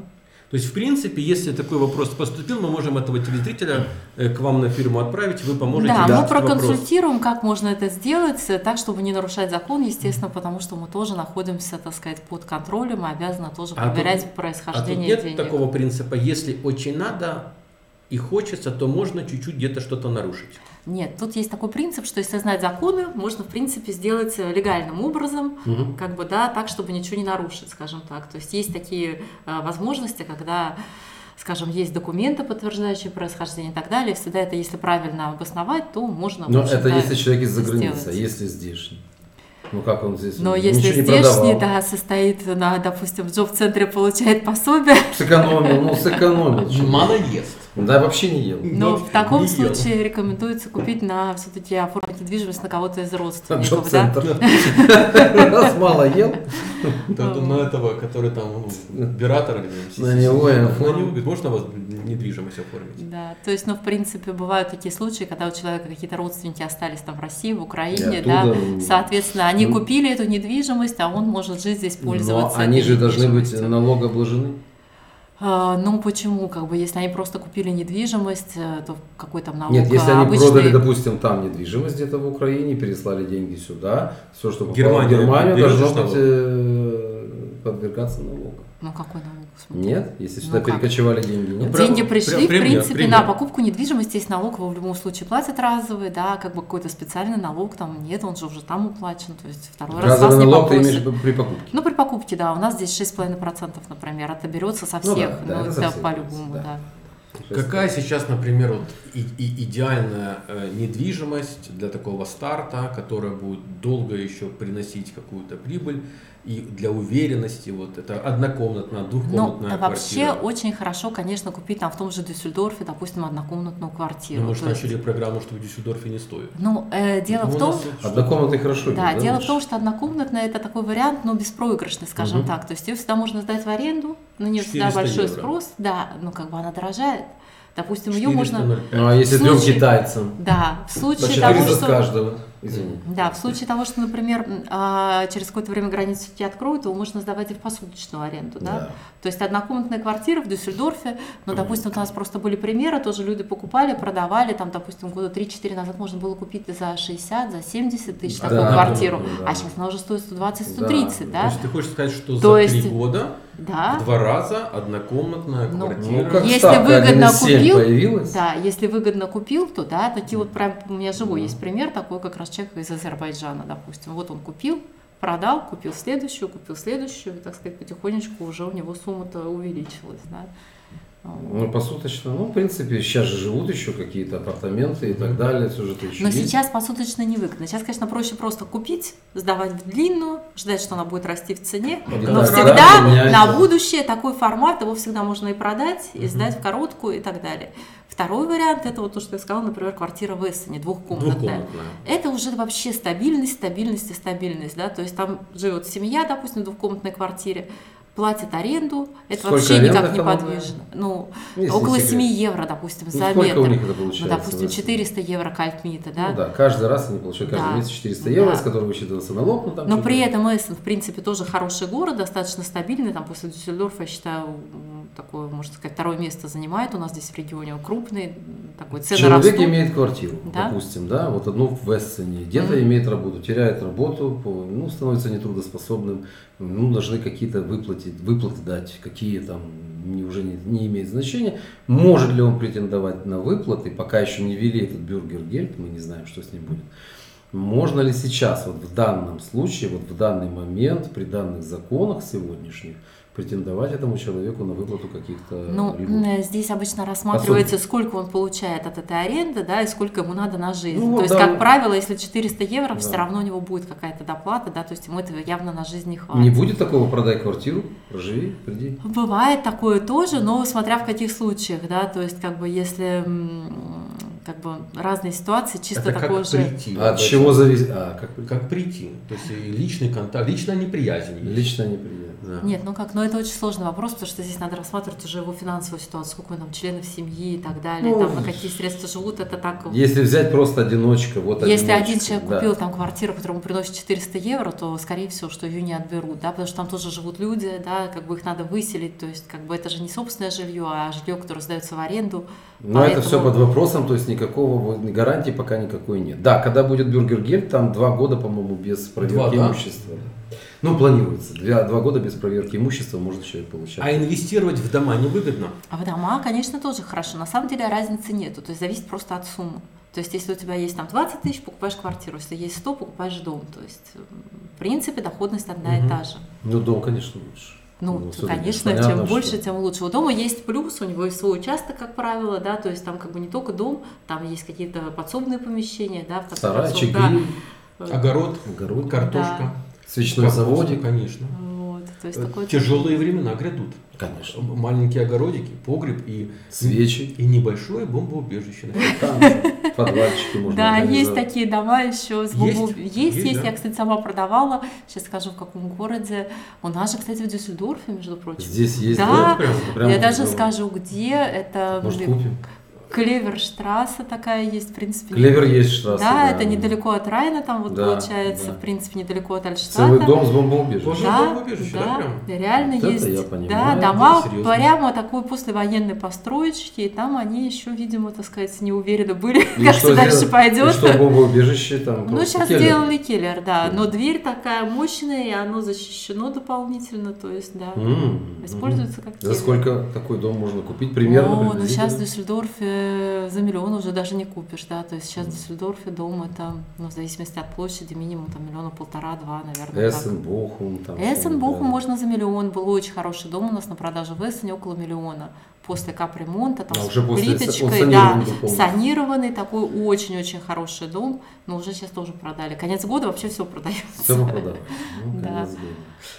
То есть, в принципе, если такой вопрос поступил, мы можем этого телезрителя э, к вам на фирму отправить, вы поможете.
да,
решить
мы
этот вопрос.
проконсультируем, как можно это сделать, э, так, чтобы не нарушать закон, естественно, потому что мы тоже находимся, так сказать, под контролем и обязаны тоже
А тут-
проверять
А тут
происхождение
нет
денег.
такого принципа, если очень надо и хочется, то можно чуть-чуть где-то что-то нарушить.
Нет, тут есть такой принцип, что если знать законы, можно, в принципе, сделать э, легальным образом,
Мгм.
как бы, да, так, чтобы ничего не нарушить, скажем так. То есть есть такие э, возможности, когда, скажем, есть документы, подтверждающие происхождение и так далее. Всегда это, если правильно обосновать, то можно... в
Но
общем,
это
да,
если человек из-за границы, а
сделать.
если здешний. Ну как он здесь?
Но
он
если
ничего не
здешний,
продавал.
да, состоит, на, допустим, в джоб-центре получает
[LAUGHS]
пособие,
Сэкономил, ну сэкономил. чё.
[LAUGHS] Мало ест.
Да, вообще не ел.
но
Ну,
в таком
не ел.
случае рекомендуется купить на все-таки оформить недвижимость на кого-то из родственников, да? [LAUGHS]
Джоб-центр. Раз мало ел,
Да, да, на этого, который там ну, оператор. или
На него и
на
оформил.
него, говорит, можно вас недвижимость оформить?
Да, то есть, ну, в принципе, бывают такие случаи, когда у человека какие-то родственники остались там в России,
И
в Украине,
оттуда,
А да,
ну,
соответственно, они
ну.
купили эту недвижимость, а он может жить здесь,
но
пользоваться.
они
этой
же должны быть ну.
недвижимостью.
налогообложены.
А, Ну, почему, как бы, если они просто купили недвижимость, э, то какой там налог А
Нет, если они
обычный?
продали, допустим, там недвижимость где-то в Украине, переслали деньги сюда, все, что попало
Германия
в Германию,
берет
должно
же налог.
быть, э, подвергаться налогу.
Ну, какой налог? в смысле?
Нет? Если
Ну
сюда
как?
перекочевали деньги,
Ну,
нет?
прям-
Деньги пришли,
прям- пример,
в принципе,
пример.
на покупку недвижимости есть налог, его в любом случае платят разовый, да, как бы какой-то специальный налог там нет, он же уже там уплачен, то есть второй раз вас
Разовый
не
налог ты имеешь
попросят.
при покупке.
Ну, при покупке, да, у нас здесь 6,5%, например, это берется со
Ну да,
всех,
да,
ну,
это
это
со всех
по-любому,
берется,
да.
Какая сейчас, например, вот и- и- идеальная э, недвижимость для такого старта, которая будет долго еще приносить какую-то прибыль и для уверенности вот это однокомнатная,
Ну,
двухкомнатная
вообще
квартира.
очень хорошо, конечно, купить там в том же Дюссельдорфе, допустим, однокомнатную квартиру.
Ну, мы же
то есть-
начали программу, что в Дюссельдорфе не стоит.
Ну, э, дело
Ну,
в
у
том,
нас
А
вот что-
Однокомнатный хорошо.
Да,
идет,
дело в
Миша?
том, что однокомнатная это такой вариант, ну, беспроигрышный, скажем
Мгм.
так. То есть ее всегда можно сдать в аренду, на нее всегда
400
большой
евро.
спрос, да, ну как бы она дорожает. Допустим, ее можно.
400.
Ну а если
в
трем
случае-
китайцам?
Да, в
По
случае того,
400 с
что.
каждого. Извини.
Да, в случае того, что, например, м, а, через какое-то время границу все-таки откроют, его можно сдавать и в посуточную аренду, да?
Да.
То есть однокомнатная квартира в Дюссельдорфе, ну, допустим, вот у нас просто были примеры, тоже люди покупали, продавали, там, допустим, года 3-4 назад можно было купить за 60, за 70 тысяч
Да,
такую
да,
квартиру,
да.
а сейчас она уже стоит 120-130,
Да,
да?
То есть ты хочешь сказать, что
То
за
есть-
три года
Да.
в два раза однокомнатная
Ну,
квартира.
Ну, как
Если
ставка
выгодно
1,7
купил,
появилась?
Да, если выгодно купил, то да, такие вот прям у меня живой есть пример, такой как раз человек из Азербайджана, допустим. Вот он купил, продал, купил следующую, купил следующую, и, так сказать, потихонечку уже у него сумма-то увеличилась, да. Вот.
Ну, посуточно. Ну, в принципе, сейчас же живут еще какие-то апартаменты и так далее. Все же это еще
Но
есть.
сейчас посуточно невыгодно. Сейчас, конечно, проще просто купить, сдавать в длинную, ждать, что она будет расти в цене.
Вот
Но
это
всегда
да, меняется.
на будущее такой формат, его всегда можно и продать, и сдать в короткую и так далее. Второй вариант, это вот то, что я сказала, например, квартира в Эссене, двухкомнатная.
Двухкомнатная.
Это уже вообще стабильность, стабильность и стабильность, да, то есть там живет семья, допустим, в двухкомнатной квартире, платит аренду, это
Сколько
вообще никак
аренда
не
там, да?
подвижно. Ну,
Если
около
секрет.
7 евро, допустим,
Ну,
за
сколько
метр.
у них это
ну,
получается?
допустим,
Настя?
400 евро кальтмита, да?
Ну да, каждый раз они получают каждый
Да.
месяц 400
Да.
евро, из которого высчитывался налог. Ну, там
Но
что-то.
при этом Эссен, в принципе, тоже хороший город, достаточно стабильный. Там после Дюссельдорфа, я считаю, м, такое, можно сказать, второе место занимает. У нас здесь в регионе он крупный, м, такой цены
Человек
растут.
имеет квартиру,
Да.
допустим, да, вот одну в Эссене, где-то
Мгм.
имеет работу, теряет работу, по- ну, становится нетрудоспособным, ну, должны какие-то выплатить, выплаты дать, какие там не- уже не, не имеет значения. Может ли он претендовать на выплаты, пока еще не ввели этот бюргер гельт, мы не знаем, что с ним будет. Можно ли сейчас, вот в данном случае, вот в данный момент, при данных законах сегодняшних, претендовать этому человеку на выплату каких-то
Ну,
льгот?
м, здесь обычно рассматривается, сколько он получает от этой аренды, да, и сколько ему надо на жизнь.
Ну,
то
вот
есть,
да,
как
вот.
правило, если 400 евро,
Да.
все равно у него будет какая-то доплата, да, то есть ему этого явно на жизнь не хватит.
Не будет такого, продай квартиру, проживи, приди.
Бывает такое тоже, но смотря в каких случаях, да, то есть как бы если м, как бы разные ситуации, чисто
Это
такое
как
же.
прийти.
А от
Об этом.
чего зависит? А, как
Как прийти. То есть и личный контакт, личная неприязнь. есть.
лично неприятно.
Да.
Нет, ну как, но это очень сложный вопрос, потому что здесь надо рассматривать уже его финансовую ситуацию, сколько там членов семьи и так далее,
Ну,
там на какие средства живут, это так.
Если взять просто одиночка, вот
Если один
одиночка,
человек
да.
купил там квартиру, которому приносит 400 евро, то, скорее всего, что ее не отберут, да, потому что там тоже живут люди, да, как бы их надо выселить, то есть как бы это же не собственное жилье, а жилье, которое сдается в аренду.
Но это все
Поэтому-
под вопросом, то есть никакого вот гарантии пока никакой нет. Да, когда будет Бюргергельд, там два года, по-моему, без проверки
да?
имущества. да. Ну, планируется. Два, два года без проверки имущества может человек получать.
А инвестировать в дома невыгодно.
А в дома, конечно, тоже хорошо. На самом деле разницы нету, то есть зависит просто от суммы. То есть, если у тебя есть там 20 тысяч, покупаешь квартиру, если есть 100, покупаешь дом. То есть, м, в принципе, доходность одна и
Мгм.
та же.
Ну, дом, конечно, лучше.
Ну,
всё-таки
конечно,
понятно,
чем
что-
больше, тем лучше. У дома есть плюс, у него есть свой участок, как правило, да, то есть там как бы не только дом, там есть какие-то подсобные помещения, да, в конце
Сарайчик,
концов, да.
гриль,
Огород,
огород,
картошка,
свечной
капуста,
заводик.
конечно.
Вот, то есть такое...
Тяжелые времена грядут.
Конечно.
Маленькие огородики, погреб и,
Свечи.
и небольшое бомбоубежище. наверное.
Там же подвальчики можно
Да, есть
организовать.
такие дома еще. с
Есть?
бубу- Есть,
Есть,
есть,
да.
я, кстати, сама продавала. Сейчас скажу, в каком городе. У нас же, кстати, в Дюссельдорфе, между прочим.
Здесь есть
Да,
дом.
прям.
Прям
я даже
здорово.
скажу, где. Это
Может,
блин,
купим?
Клеверштрасса такая есть, в принципе.
Клевер есть штрасса.
Да, это недалеко от Райна, там вот
Да,
получается,
да.
в принципе, недалеко от Альштата.
Целый дом с бомбоубежищем.
Боже.
Да,
бомбоубежище, да,
да,
прям?
реально
Вот это
есть.
я понимаю,
да, дома
это серьезно.
прямо такой послевоенной построечки, и там они еще, видимо, так сказать, не уверены были,
И
[LAUGHS] как
что
все дальше
сделать? И
пойдет.
что бомбоубежище там?
Ну,
просто
сейчас
келлер.
сделали киллер, да. Но дверь такая мощная, и оно защищено дополнительно, то есть, да.
М,
Используется
мгм.
как
За
келлер.
М-м-м. сколько такой дом можно купить? Примерно
О, ну сейчас в
приблизительно?
Дюссельдорфе за миллион уже даже не купишь, да. То есть сейчас в Дюссельдорфе дом это, ну, в зависимости от площади, минимум там миллиона полтора-два, наверное. так.
Эссен, Бохум. Там
Эссен
что-нибудь,
Бохум
да.
можно за миллион. Был очень хороший дом у нас на продаже в Эссене, около миллиона. После капремонта, там
А,
с
уже после
плиточкой,
он санирован
да,
был полностью.
санированный, такой очень-очень хороший дом, но уже сейчас тоже продали. Конец года вообще все продается.
Все продавать. Ну,
[LAUGHS] Да.
конец года.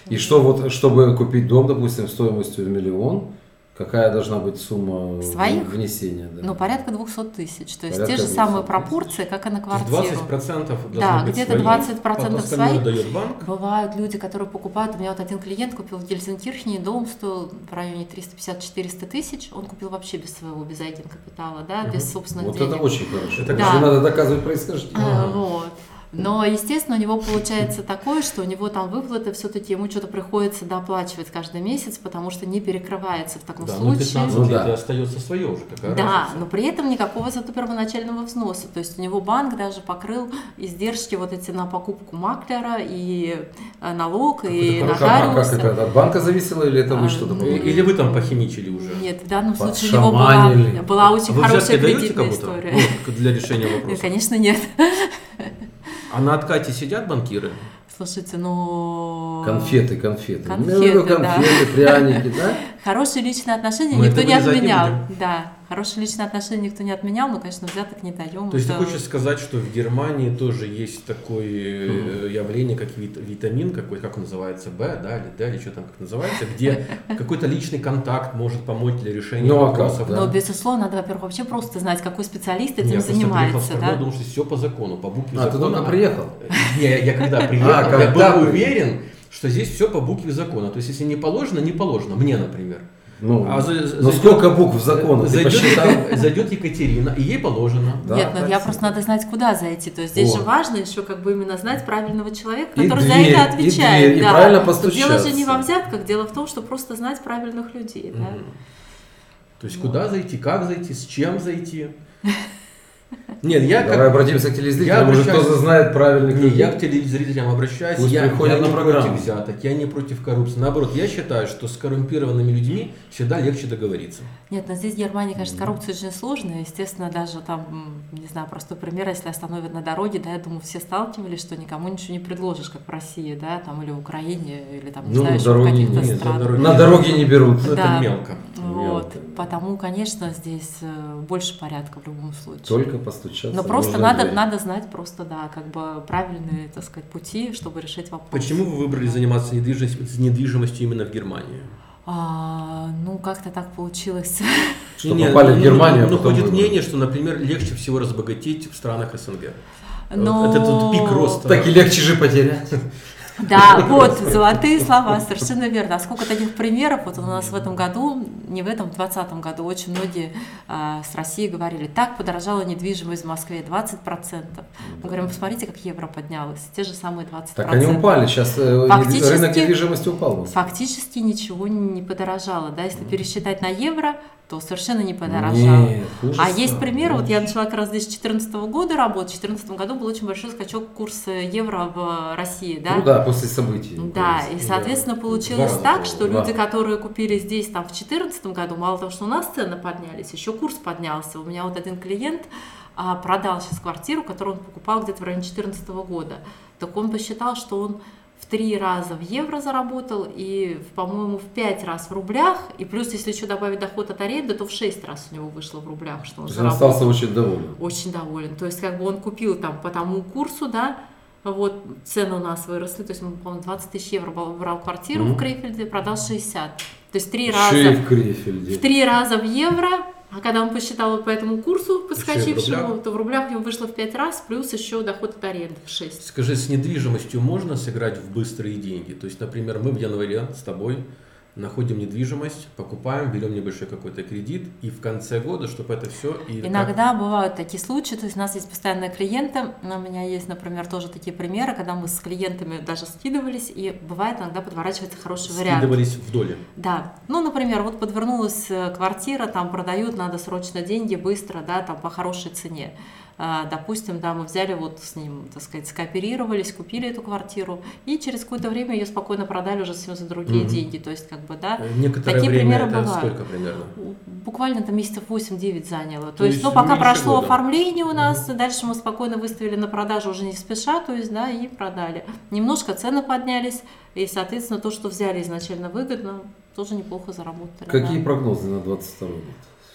И что вот, чтобы купить дом, допустим, стоимостью в миллион, какая должна быть сумма
Своих?
внесения? да?
Ну, порядка 200 тысяч. То есть
Порядка
те же
200
самые
тысяч.
пропорции, как и на
То есть
квартиру.
20% должно
Да,
быть
где-то
свои.
20%
Остальное
свои.
дает банк.
Бывают люди, которые покупают. У меня вот один клиент купил в Гельзенкирхене, дом стоил в районе 350-400 тысяч. Он купил вообще без своего, без капитала, да, без собственных
вот
денег.
это очень хорошо.
Это
потому что
да.
надо доказывать происхождение.
А, Вот. Но, естественно, у него получается такое, что у него там выплаты все-таки ему что-то приходится доплачивать каждый месяц, потому что не перекрывается в таком
Да, ну
случае.
15
Ну
лет
да.
и остается свое уже, какая
Да,
разница.
но при этом никакого зато первоначального взноса. То есть у него банк даже покрыл издержки вот эти на покупку маклера и э, налог, и
Это как- а как
нотариуса.
это? От банка зависело или это вы
А,
что-то
ну,
И-
получили?
Или вы там похимичили уже?
Нет, в данном случае у него была,
Подшаманили.
была очень
А Вы
хорошая
взятки даете
кредитная
кому-то
история. [LAUGHS]
Ну, к- для решения
Нет,
вопроса?
конечно, нет.
А на откате сидят банкиры?
Слушайте, ну...
Конфеты, конфеты.
Конфеты,
Ну, конфеты, пряники, да?
Хорошие личные отношения
Мы
никто
это
не
вырезать не
отменял.
будем.
да, хорошие личные отношения никто не отменял, но, конечно, взяток не даем.
То есть ты
Это-
хочешь сказать, что в Германии тоже есть такое э, явление, как вит- витамин какой, как он называется, Б, да, или Д, или что там как называется,
[LAUGHS]
где какой-то личный контакт может помочь для решения
Ну, а как,
вопросов.
да.
Но, безусловно, надо, во-первых, вообще просто знать, какой специалист этим
Я просто приехал в
занимается.
страну,
Да?
думал, что все по закону, по букве
А, ты
закона.
только приехал?
Не, [LAUGHS] я- я когда приехал,
А,
я
когда
был
приехал.
уверен, что здесь все по букве закона. То есть, если не положено, не положено. Мне, например.
Ну,
А за-
ну
зайдет-
сколько букв в законе? Ты
Зайдет,
посчитал?
Ека- зайдет Екатерина, и ей положено.
Да,
Нет,
так
ну я
всегда.
просто надо знать, куда зайти. То есть здесь
Вот.
же важно еще как бы именно знать правильного человека,
И
который
дверь,
за это
и
отвечает.
дверь, и
да.
правильно
Тут Дело же не
постучаться.
во взятках, дело в том, что просто знать правильных людей. Да?
Мгм. То есть, куда зайти, как зайти, с чем зайти. Нет, я
Давай
как...
обратимся к
Я
телезрителям, может
обращаюсь-
кто-то знает правильных
Не,
людей.
я к телезрителям обращаюсь,
Пусть
я,
приходят
я
на
не
программу.
против взяток, я не против коррупции. Наоборот, я считаю, что с коррумпированными людьми всегда легче договориться.
Нет, но здесь в Германии, конечно, коррупция очень сложная. Естественно, даже там, м, не знаю, простой пример, если остановят на дороге, да, я думаю, все сталкивались, что никому ничего не предложишь, как в России, да, там или в Украине, или там, не
Ну, на
знаю, еще в
дороге
каких-то
нет,
на
странах.
дороге
На дороге не берут.
Это
Да.
мелко.
Вот,
Мелко.
потому, конечно, здесь э, больше порядка в любом случае.
Только постучаться.
Но ну, просто
нужно
надо,
дверь.
надо знать просто, да, как бы правильные, так сказать, пути, чтобы решить вопрос.
Почему вы выбрали заниматься недвижимостью, недвижимостью именно в Германии?
А, ну, как-то так получилось.
Что попали в Германию, а
Ну,
потом
ходит
выбрали.
мнение, что, например, легче всего разбогатеть в странах СНГ.
Но...
Вот это тут пик роста.
Так и легче же потерять.
Да, вот, золотые слова, совершенно верно. А сколько таких примеров, вот у нас в этом году, не в этом, в 2020 году, очень многие а, с России говорили, так подорожала недвижимость в Москве 20%. Мы говорим, посмотрите, как евро поднялось, те же самые 20%.
Так они упали. Сейчас э,
Фактически-
рынок недвижимости упал.
Фактически ничего не подорожало, да, если пересчитать на евро, то совершенно не подорожало.
Нет, хуже
А
стало.
есть пример, вот я начала как раз здесь 2014 года работать, в 2014 году был очень большой скачок курса евро в России, да?
Ну да, после событий.
Ну Да,
То
и,
есть,
соответственно,
Два
получилось
раза
так,
было,
что
да.
люди, которые купили здесь там в 2014 году, мало того, что у нас цены поднялись, еще курс поднялся. У меня вот один клиент а, продал сейчас квартиру, которую он покупал где-то в районе 2014 года. Так он посчитал, что он в три раза в евро заработал и, в- по-моему, в пять раз в рублях. И плюс, если еще добавить доход от аренды, то в шесть раз у него вышло в рублях, что
То
он
есть он
заработал
остался очень доволен.
очень доволен. То есть, как бы он купил там по тому курсу, да, вот цены у нас выросли, то есть, он, по-моему, 20 тысяч евро брал, брал квартиру
Мгм.
в Крейфельде, продал 60. То есть, три раза,
Шиф Крифельде.
в три раза в евро, а когда он посчитал вот по этому курсу подскочившему,
рублях.
то в рублях ему вышло в 5 раз, плюс еще доход от аренды в 6.
Скажи, с недвижимостью можно сыграть в быстрые деньги? То есть, например, мы в январе с тобой находим недвижимость, покупаем, берем небольшой какой-то кредит, и в конце года, чтобы это все... И как-
Иногда бывают такие случаи, то есть у нас есть постоянные клиенты, но у меня есть, например, тоже такие примеры, когда мы с клиентами даже скидывались, и бывает иногда подворачивается хороший вариант.
скидывались в доле.
Да, ну, например, вот подвернулась э, квартира, там продают, надо срочно деньги, быстро, да, там по хорошей цене. А, Допустим, да, мы взяли вот с ним, так сказать, скооперировались, купили эту квартиру, и через какое-то время ее спокойно продали уже совсем за другие
Мгм.
деньги, то есть как бы, да,
Э, Некоторое
Такие
время
примеры
это
бывают.
сколько примерно?
буквально там месяцев 8-9 заняло. То,
То
есть,
есть,
ну,
ну,
пока
меньше
прошло
года.
оформление у нас, дальше мы спокойно выставили на продажу уже не спеша, то есть, да, и продали. Немножко цены поднялись, и, соответственно, то, что взяли изначально выгодно, тоже неплохо заработали. да.
Какие прогнозы на 22 год?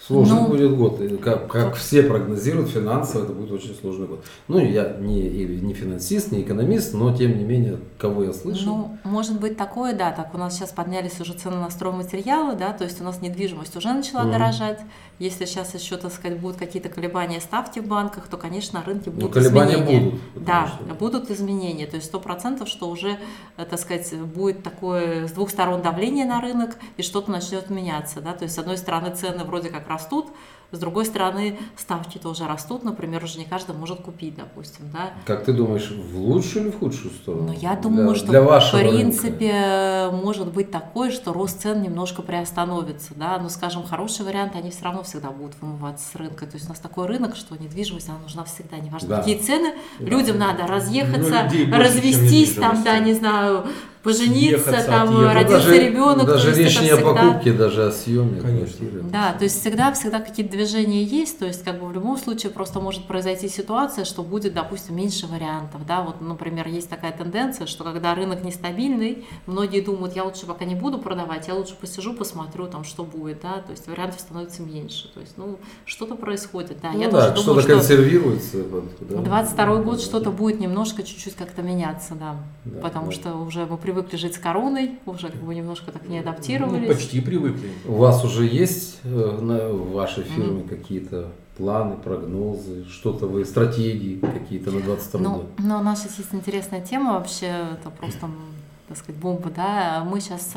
Сложный
Ну,
будет год. И Как, как все прогнозируют финансово, это будет очень сложный год. Ну, я не, и не финансист, не экономист, но тем не менее, кого я слышал,
Ну, может быть такое, да. Так у нас сейчас поднялись уже цены на стройматериалы, да, то есть у нас недвижимость уже начала
Мгм.
дорожать. Если сейчас еще, так сказать, будут какие-то колебания ставки в банках, то, конечно, на рынке
ну,
будут
колебания
изменения.
будут. потому
Да, а
что-
будут изменения. То есть сто процентов, что уже, э, так сказать, будет такое с двух сторон давление на рынок и что-то начнет меняться. Да? То есть с одной стороны цены вроде как растут, с другой стороны ставки тоже растут. Например, уже не каждый может купить, допустим. Да?
Как ты думаешь, в лучшую или в худшую сторону?
Ну, я
Для-
думаю, что
для
в
вашего
принципе э,
рынка.
может быть такое, что рост цен немножко приостановится, да, но, скажем, хорошие варианты, они все равно всегда будут вымываться с рынка, то есть у нас такой рынок, что недвижимость, она нужна всегда, неважно,
Да.
какие цены,
Да.
людям надо
Но
разъехаться,
Ну, людей больше, чем
развестись там, да,
недвижимости.
не знаю, пожениться,
Съехаться,
там,
Ну,
отъехаться.
родился
даже,
ребенок, то
Даже
есть
речь
это
не о
всегда-
покупке, даже о съеме
Конечно.
квартиры.
да, то есть всегда, всегда какие-то движения есть, то есть как бы в любом случае просто может произойти ситуация, что будет, допустим, меньше вариантов, да, вот, например, есть такая тенденция, что когда рынок нестабильный, многие думают, я лучше пока не буду продавать, я лучше посижу, посмотрю там, что будет, да, то есть вариантов становится меньше, то есть, ну, что-то происходит, да,
Ну
я
да,
тоже
что-то
думаю, что
консервируется. да.
22 год что-то будет немножко, чуть-чуть как-то меняться, да,
Да,
потому
да.
что уже мы привыкли жить с короной, уже как бы немножко так не адаптировались.
Ну, почти привыкли.
У вас уже есть э, на, в вашей фирме какие-то планы, прогнозы, что-то вы, стратегии какие-то на 22
Ну,
год?
ну, у нас сейчас есть интересная тема вообще, это просто, м, так сказать, бомба, да. Мы сейчас...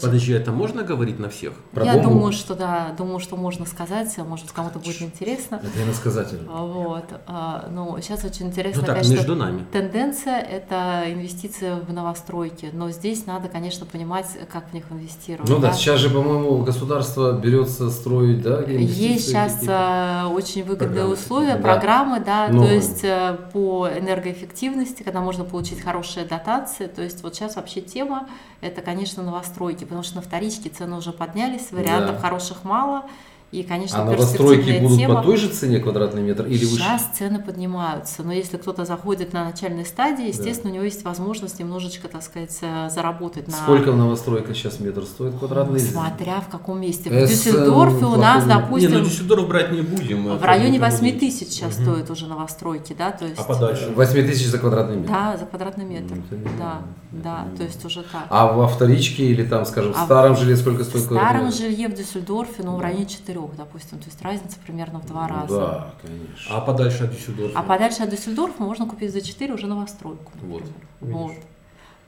Подожди, а это можно говорить на всех?
Про
я
бомбу?
думаю, что да, думаю, что можно сказать, э, может быть, кому-то будет интересно.
Это иносказательно.
Вот. а, Ну, сейчас очень интересно,
Ну так,
конечно,
между нами.
Тенденция – это инвестиция в новостройки, но здесь надо, конечно, понимать, как в них инвестировать.
Ну да,
э, да.
сейчас же, по-моему, государство берется строить, да? инвестиции
Есть сейчас
какие-то.
э, очень выгодные
Программы
условия,
какие-то, да.
программы, да,
Новые.
то есть э, по энергоэффективности, когда можно получить хорошие дотации, то есть вот сейчас вообще тема, это, конечно, новостройки, потому что на вторичке цены уже поднялись, вариантов
Да.
хороших мало, И, конечно,
А новостройки
перспективная
будут
тема.
по той же цене квадратный метр или выше?
Сейчас цены поднимаются, но если кто-то заходит на начальной стадии, естественно, у него есть возможность немножечко, так сказать, э, заработать на...
Сколько в новостройках сейчас метр стоит квадратный?
Смотря в каком месте. В
Э, с, э,
Дюссельдорфе у нас,
плохого-
Не, ну
допустим,
Дюссельдорф брать не будем.
в
Ну, это
районе
не
8
будет.
тысяч сейчас
Мгм.
стоят уже новостройки, да, то есть...
А подальше?
8 тысяч за квадратный метр.
Да, за квадратный метр.
Ну, это не
Да,
знаю, это
да,
не
то
знаю.
есть уже так.
А во вторичке или там, скажем, в
А
старом жилье сколько
В
стоит квадратный
старом
метр?
жилье в Дюссельдорфе, ну, в
Да.
районе 4, допустим, то есть разница примерно в два
Ну
раза.
Да, конечно.
А подальше от Дюссельдорфа?
А подальше от Дюссельдорфа можно купить за 4 уже новостройку. например.
Вот,
Вот.
видишь.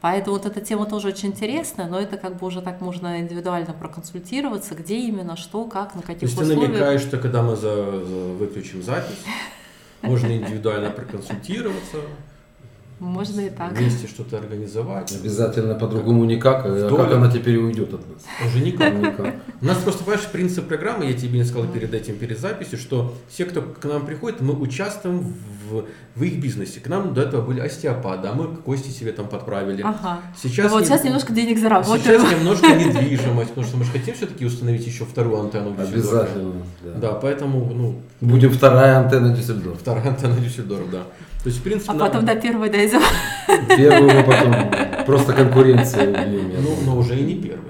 Поэтому вот эта тема тоже очень интересна, но это как бы уже так можно индивидуально проконсультироваться, где именно, что, как, на
То
каких
есть ты
условиях.
намекаешь, что когда мы за- за- выключим запись, можно индивидуально проконсультироваться,
Можно Ну и так.
вместе что-то организовать. Ну,
Обязательно по-другому никак. А
Вдоль.
как она теперь уйдет от нас?
Уже никак.
Никак.
У нас просто, понимаешь, принцип программы, я тебе не сказал перед этим, перед записью, что все, кто к нам приходит, мы участвуем в, в их бизнесе. К нам до этого были остеопаты, а мы кости себе там подправили.
Ага.
Сейчас,
Ну вот
не-
сейчас немножко денег заработаем.
сейчас немножко недвижимость, потому что мы же хотим все-таки установить еще вторую антенну в Дюссельдорфе.
Обязательно. да.
Да, поэтому, ну,
Будем вторая антенна Дюссельдорф.
вторая антенна Дюссельдорф, да. То есть, в принципе,
А
нам-
потом до первой дойдем.
Первую мы потом. Просто конкуренция убьем. я
Ну,
думаю.
но уже и не первый.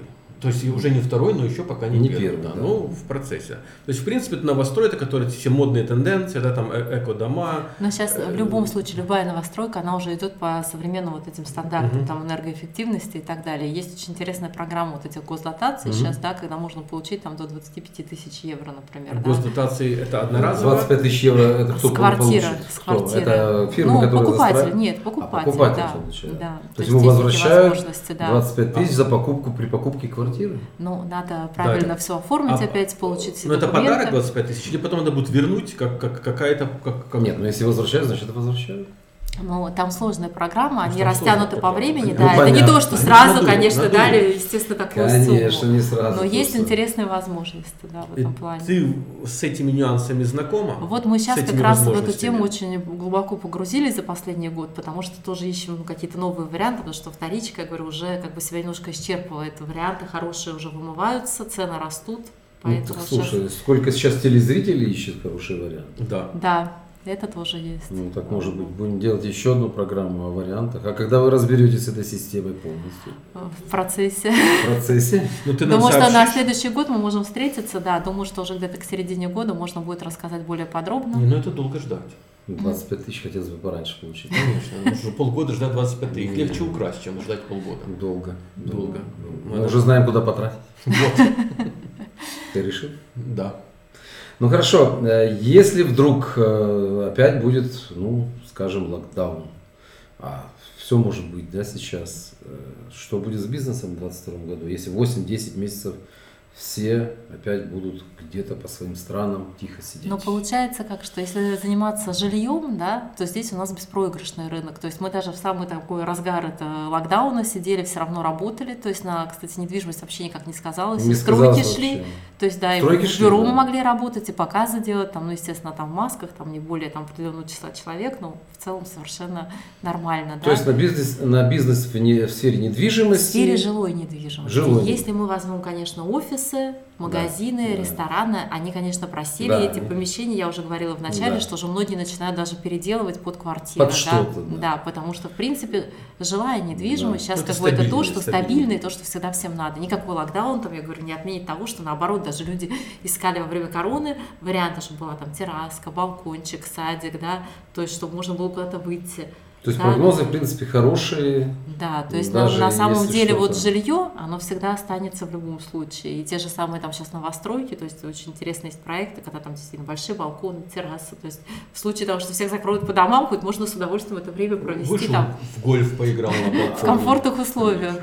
То есть и уже не второй, но еще пока не,
Не
первый.
первый,
да,
да.
Ну, в процессе. То есть, в принципе, это новострой, это которые все модные тенденции, да, там э- эко-дома.
Но сейчас в любом случае любая новостройка, она уже идет по современным вот этим стандартам, там энергоэффективности и так далее. Есть очень интересная программа вот этих госдотаций сейчас, да, когда можно получить там до 25 тысяч евро, например. да.
Госдотации это одноразово.
25 тысяч евро это кто
с квартиры,
получит?
с
Кто?
квартиры.
Это фирма,
ну,
которая
покупатель,
застраивает?
нет, покупатель,
А, покупатель
да,
он получает.
да.
То, есть ему
есть такие
возвращают
возможности, да.
25 тысяч за покупку при покупке квартиры.
Ну, надо правильно все оформить
А,
опять, получить все
ну,
Но это
документы.
подарок 25 тысяч, или потом надо будет вернуть, как, как какая-то... Как, как-
Нет, ну если возвращают, значит это возвращают.
Ну, там сложная программа,
Ну,
они
там
растянуты
сложная
по
программа.
времени,
Ну,
да. Это не
понятно.
то, что
Они
сразу,
надули,
конечно,
надули.
дали, естественно, такую
Конечно,
сумму.
не сразу.
Но есть
просто.
интересные возможности, да, в
Э,
этом плане.
Ты с этими нюансами знакома?
Вот мы
С
сейчас как
этими
раз в эту
возможностями?
тему очень глубоко погрузились за последний год, потому что тоже ищем ну, какие-то новые варианты, потому что вторичка, я говорю, уже как бы себя немножко исчерпывает. Варианты хорошие уже вымываются, цены растут,
Ну,
поэтому
так,
сейчас-
слушай, сколько сейчас телезрителей ищет хороший вариант.
Да.
Да, это тоже есть.
Ну, так может быть, будем делать еще одну программу о вариантах. А когда вы разберетесь с этой системой полностью?
Э, В процессе.
В процессе?
Ну, ты нам
Думаю, что на
сообщишь?
следующий год мы можем встретиться, да. Думаю, что уже где-то к середине года можно будет рассказать более
Не,
подробно.
ну это долго ждать.
25 тысяч хотелось бы пораньше получить.
Конечно, ну, что полгода ждать 25 тысяч.
Не.
Легче украсть, чем ждать полгода.
Долго.
Долго.
Мы
Надо-
уже знаем, куда потратить.
[LAUGHS] Вот,
Ты решил?
да.
Ну хорошо, э, если вдруг э, опять будет, ну, скажем, локдаун, а все может быть, да, сейчас, э, что будет с бизнесом в 2022 году, если 8-10 месяцев все опять будут где-то по своим странам тихо сидеть?
Но получается как, что если заниматься жильем, да, то здесь у нас беспроигрышный рынок. То есть мы даже в самый такой разгар это локдауна сидели, все равно работали. То есть на, кстати, недвижимость вообще никак не сказалась.
Не
и стройки
сказалось
шли.
вообще.
То есть, да, и
Стройки
в
шли,
бюро
да.
мы могли работать, и показы делать, там, ну, естественно, там в масках, там не более там определенного числа человек, но в целом совершенно нормально, да.
То есть на бизнес, на бизнес в, не- в сфере недвижимости.
В сфере жилой недвижимости.
Жилой.
Если мы возьмем, конечно, офисы, магазины,
да.
рестораны, они, конечно, просили
Да.
эти помещения. Я уже говорила в начале,
Да.
что уже многие начинают даже переделывать под квартиры.
Под что-то, да.
да. потому что, в принципе, жилая недвижимость
Да.
сейчас
Это
как бы это то,
стабильнее,
что
стабильнее.
стабильно и то, что всегда всем надо. Никакой локдаун, там, я говорю, не отменит того, что наоборот, даже люди [LAUGHS] искали во время короны варианты, чтобы была там терраска, балкончик, садик, да, то есть, чтобы можно было куда-то выйти.
То есть
Да.
прогнозы, в принципе, хорошие.
Да, то есть
Даже
на, на самом
если
деле вот
что-то-
жилье, оно всегда останется в любом случае. И те же самые там сейчас новостройки, то есть очень интересные есть проекты, когда там действительно большие балконы, террасы. То есть в случае того, что всех закроют по домам, хоть можно с удовольствием это время провести
Вышел
там
в гольф, поиграл
[LAUGHS]
на балконе.
в комфортных условиях.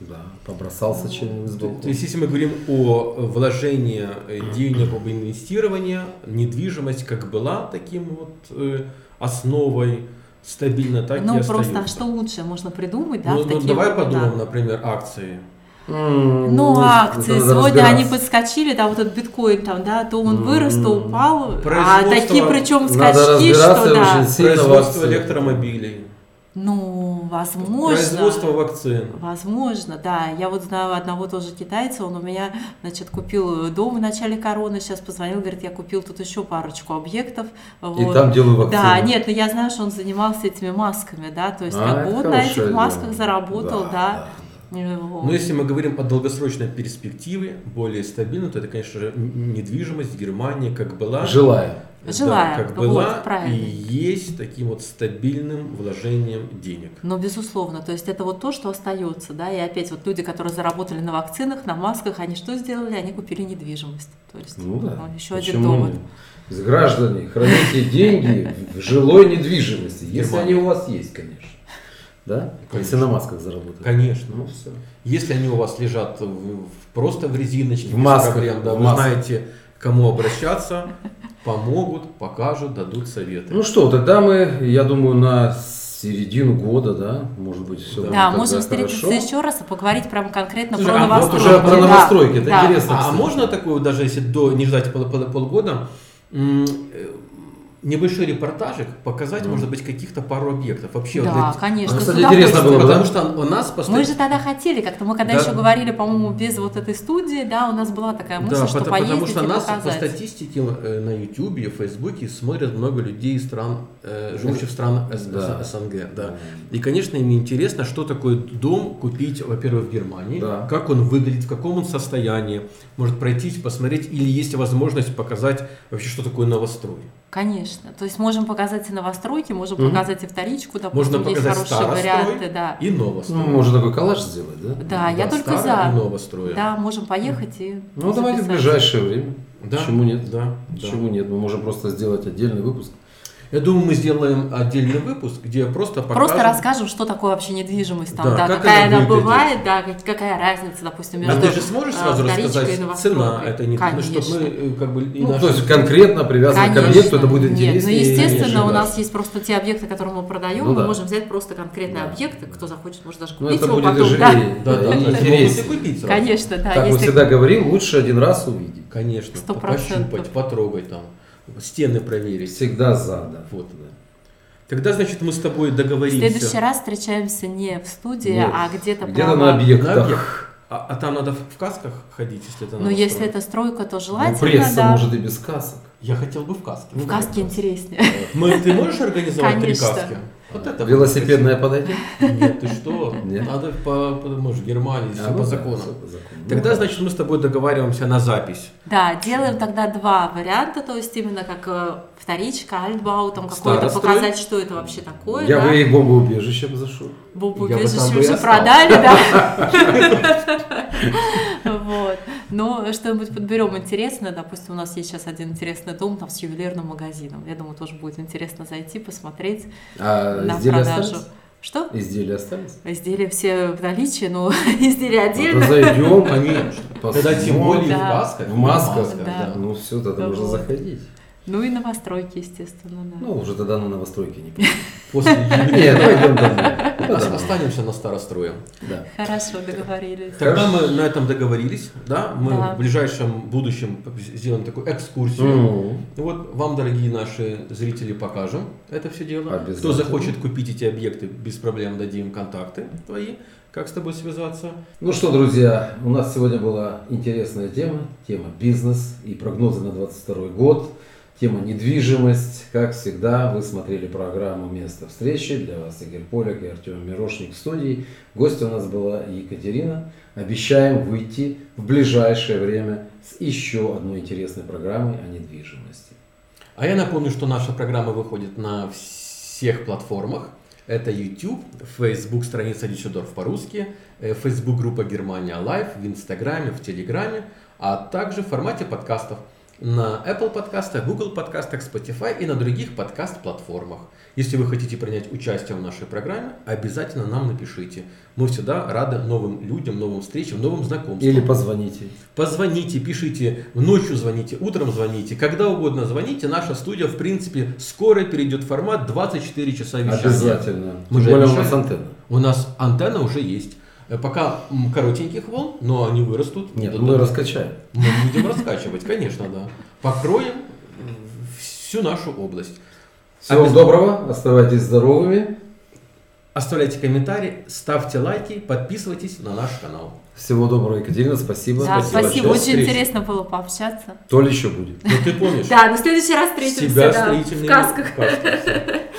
Да,
Ну,
побросался чем-нибудь с
То
балкона.
есть, если мы говорим о вложении э, денег, об инвестировании, недвижимость как была таким вот э, основой, стабильно так и
ну просто а
остается.
что лучше можно придумать, да,
ну,
в
ну,
такие
давай
времена?
подумаем, например, акции.
М,
Ну,
это
акции
надо
сегодня они
разбираться.
подскочили, да, вот этот биткоин там, да, то он вырос, то
М.
упал, а
Производство-
такие причем
Надо
скачки,
разбираться
что да.
очень сильно в
Производство
акциях.
электромобилей.
Ну, Возможно.
Производство вакцин.
Возможно, да. Я вот знаю одного тоже китайца, он у меня, значит, купил дом в начале короны, сейчас позвонил, говорит, я купил тут еще парочку объектов.
И
вот.
там делаю вакцину.
Да, нет, но я знаю, что он занимался этими масками, да, то есть
А,
как
это
бы он на
хорошая
этих
идея. Ну,
масках заработал,
да.
да. Э, Вот.
Но если мы говорим о долгосрочной перспективе, более стабильно, то это, конечно же, н- недвижимость Германии как была.
Желаю.
да,
Желая,
как
вот,
была,
правильно.
и есть таким вот стабильным вложением денег.
Но безусловно, то есть это вот то, что остается, да, и опять вот люди, которые заработали на вакцинах, на масках, они что сделали? Они купили недвижимость. То есть
Ну да.
ну, еще один
Почему
довод.
нет? Граждане, храните деньги в жилой [LAUGHS] недвижимости, если
Германия.
они у вас есть, конечно. Да? Если
Конечно.
на масках заработали.
Конечно.
Ну, все.
Если они у вас лежат в- в- просто в резиночке,
В
без
масках,
проблем, да,
в
вы
масках.
знаете, к кому обращаться, [LAUGHS] помогут, покажут, дадут советы.
Ну что, тогда мы, я думаю, на середину года, да, может быть, все
Да,
будет
Да,
тогда
можем встретиться
хорошо.
еще раз и поговорить прям конкретно
Слушай,
про
а вот
новостройки.
уже про
Да,
новостройки, это
да.
интересно.
А
кстати.
можно такую, даже если до, не ждать пол- пол- полгода, м, э, небольшой репортажик показать, может быть, каких-то пару объектов. Вообще, вот
Да,
для-
конечно.
Кстати,
с
интересно
удовольствием.
было бы,
Потому
да?
что у нас
Мы
постоянно...
же тогда хотели, как-то мы когда
Да.
еще говорили, по-моему, без вот этой студии, да, у нас была такая мысль,
Да,
что
пото-
поездить
потому что
и
нас по
показать.
статистике э, на Ютубе, в Фейсбуке смотрят много людей из стран, э, живущих в стран С-
Да.
СНГ. Да. И, конечно, им интересно, что такое дом купить, во-первых, в Германии,
Да.
как он выглядит, в каком он состоянии, может пройтись, посмотреть, или есть возможность показать вообще, что такое новострой.
Конечно. То есть можем показать и новостройки, можем
Мгм.
показать и вторичку, допустим,
Можно
есть
показать
хорошие
старострой
варианты, да.
и новострой.
Ну, можно такой коллаж сделать, да?
Да, я только
старого и
за.
новостроя.
Да, можем поехать и
Ну, давайте в
записать.
ближайшее время.
Да.
Почему нет?
Да, да.
Почему нет? Мы можем просто сделать отдельный выпуск.
Я думаю, мы сделаем отдельный выпуск, где просто покажем.
Просто расскажем, что такое вообще недвижимость, там,
Да,
да,
как
какая
она
она
выглядит.
бывает, да, как- какая разница, допустим, между
А ты же сможешь
э,
сразу
вторичкой
рассказать
и новостройкой?
цена это не
Конечно.
чтобы мы э, как бы и
Ну,
наши-
то есть конкретно привязано к объекту, это будет
Нет, ну,
интереснее.
естественно, у
да.
нас есть просто те объекты, которые мы продаем,
Ну
мы
да.
можем взять просто конкретные
Да.
объекты, кто захочет, может даже
Ну,
купить
это
его
будет и
потом, да.
живее,
да, да,
да, и
да,
интереснее.
могут и купить сразу.
[LAUGHS] Конечно, ну, да,
Как он
если-
всегда говорил, лучше один раз увидеть.
Конечно,
Сто
по-
процентов.
пощупать, потрогать там, стены проверить.
Всегда за, да.
Вот, Тогда, значит, мы с тобой
в
договоримся.
следующий раз встречаемся не в студии,
Нет.
а где-то
Где-то
прямо-
на объектах.
На объект. А, а там надо в в касках ходить, если это
Ну,
надо
если
строить?
это стройка, то желательно,
Ну, пресса
да.
может ну, и без касок.
Я хотел бы в каске. Ну,
В каске интереснее. [LAUGHS]
Мы, ты можешь организовать три
Конечно.
каски? Вот это
Велосипедная подойдет.
Нет, ты что?
Нет.
Надо по, по- мы же Германии, все
А, ну да,
по закону.
всё по закону.
Тогда,
Ну,
значит, мы с тобой договариваемся на запись.
Да, делаем тогда два варианта, то есть именно как э, вторичка, альтбау, там какое-то
Старострой.
показать, что это вообще такое,
Я
да.
бы и бомбоубежищем зашел.
Бобу
Я бы
Бежич
там бы и
уже
остался.
продали, да? Вот. Но что-нибудь подберем интересное. Допустим, у нас есть сейчас один интересный дом там с ювелирным магазином. Я думаю, тоже будет интересно зайти, посмотреть
А
на
изделия
продажу.
остались?
Что?
Изделия А остались?
Изделия все в наличии, но [LAUGHS] изделия
Тогда
отдельно.
зайдем,
[LAUGHS]
Конечно. Тогда тем
посмотрим.
более
Да.
в масках.
В масках,
да.
Ну все, тогда
Да
можно
вот.
заходить.
Ну и новостройки, естественно, да.
Ну, уже тогда на новостройке
[LAUGHS]
не пойдем.
После
Нет,
юбилея.
пойдем домой. Ну,
Ос-
да,
Останемся на старострое.
да.
Хорошо, договорились.
Тогда мы на этом договорились, да? Мы
Да.
в ближайшем будущем сделаем такую экскурсию.
М,
Вот вам, дорогие наши зрители, покажем это все дело.
Обязательно.
Кто захочет купить эти объекты, без проблем дадим контакты твои, как с тобой связаться.
Ну что, друзья, у нас сегодня была интересная тема. Тема бизнес и прогнозы на 22 год. Тема недвижимость. Как всегда, вы смотрели программу «Место встречи». Для вас Игорь Поляк и Артем Мирошник в студии. Гостью у нас была Екатерина. Обещаем выйти в ближайшее время с еще одной интересной программой о недвижимости.
А я напомню, что наша программа выходит на всех платформах. Это YouTube, Facebook страница Дюссельдорф по-русски, э, Facebook группа Германия Live в Инстаграме, в Телеграме, а также в формате подкастов на Apple подкастах, Google подкастах, Spotify и на других подкаст-платформах. Если вы хотите принять участие в нашей программе, обязательно нам напишите. Мы всегда рады новым людям, новым встречам, новым знакомствам.
Или позвоните.
Позвоните, пишите, ночью звоните, утром звоните, когда угодно звоните. Наша студия, в принципе, скоро перейдет в формат 24 часа вещания.
Обязательно. Тем
Мы же
более у
обещали.
нас антенна.
У нас антенна уже есть. Э, Пока м, коротеньких волн, но они вырастут.
Нет,
Да,
мы
да.
раскачаем.
Мы будем раскачивать, конечно, да. Покроем э, всю нашу область.
Всего
Обяз-
доброго, оставайтесь здоровыми.
Оставляйте комментарии, ставьте лайки, подписывайтесь на наш
[LAUGHS]
канал.
Всего доброго, Екатерина. Спасибо.
Да,
спасибо.
спасибо,
До
очень
встречи.
интересно было пообщаться.
То ли еще будет.
Ну ты помнишь?
Да, но в следующий раз встретимся
Себя
да,
строительные
в касках.
каски.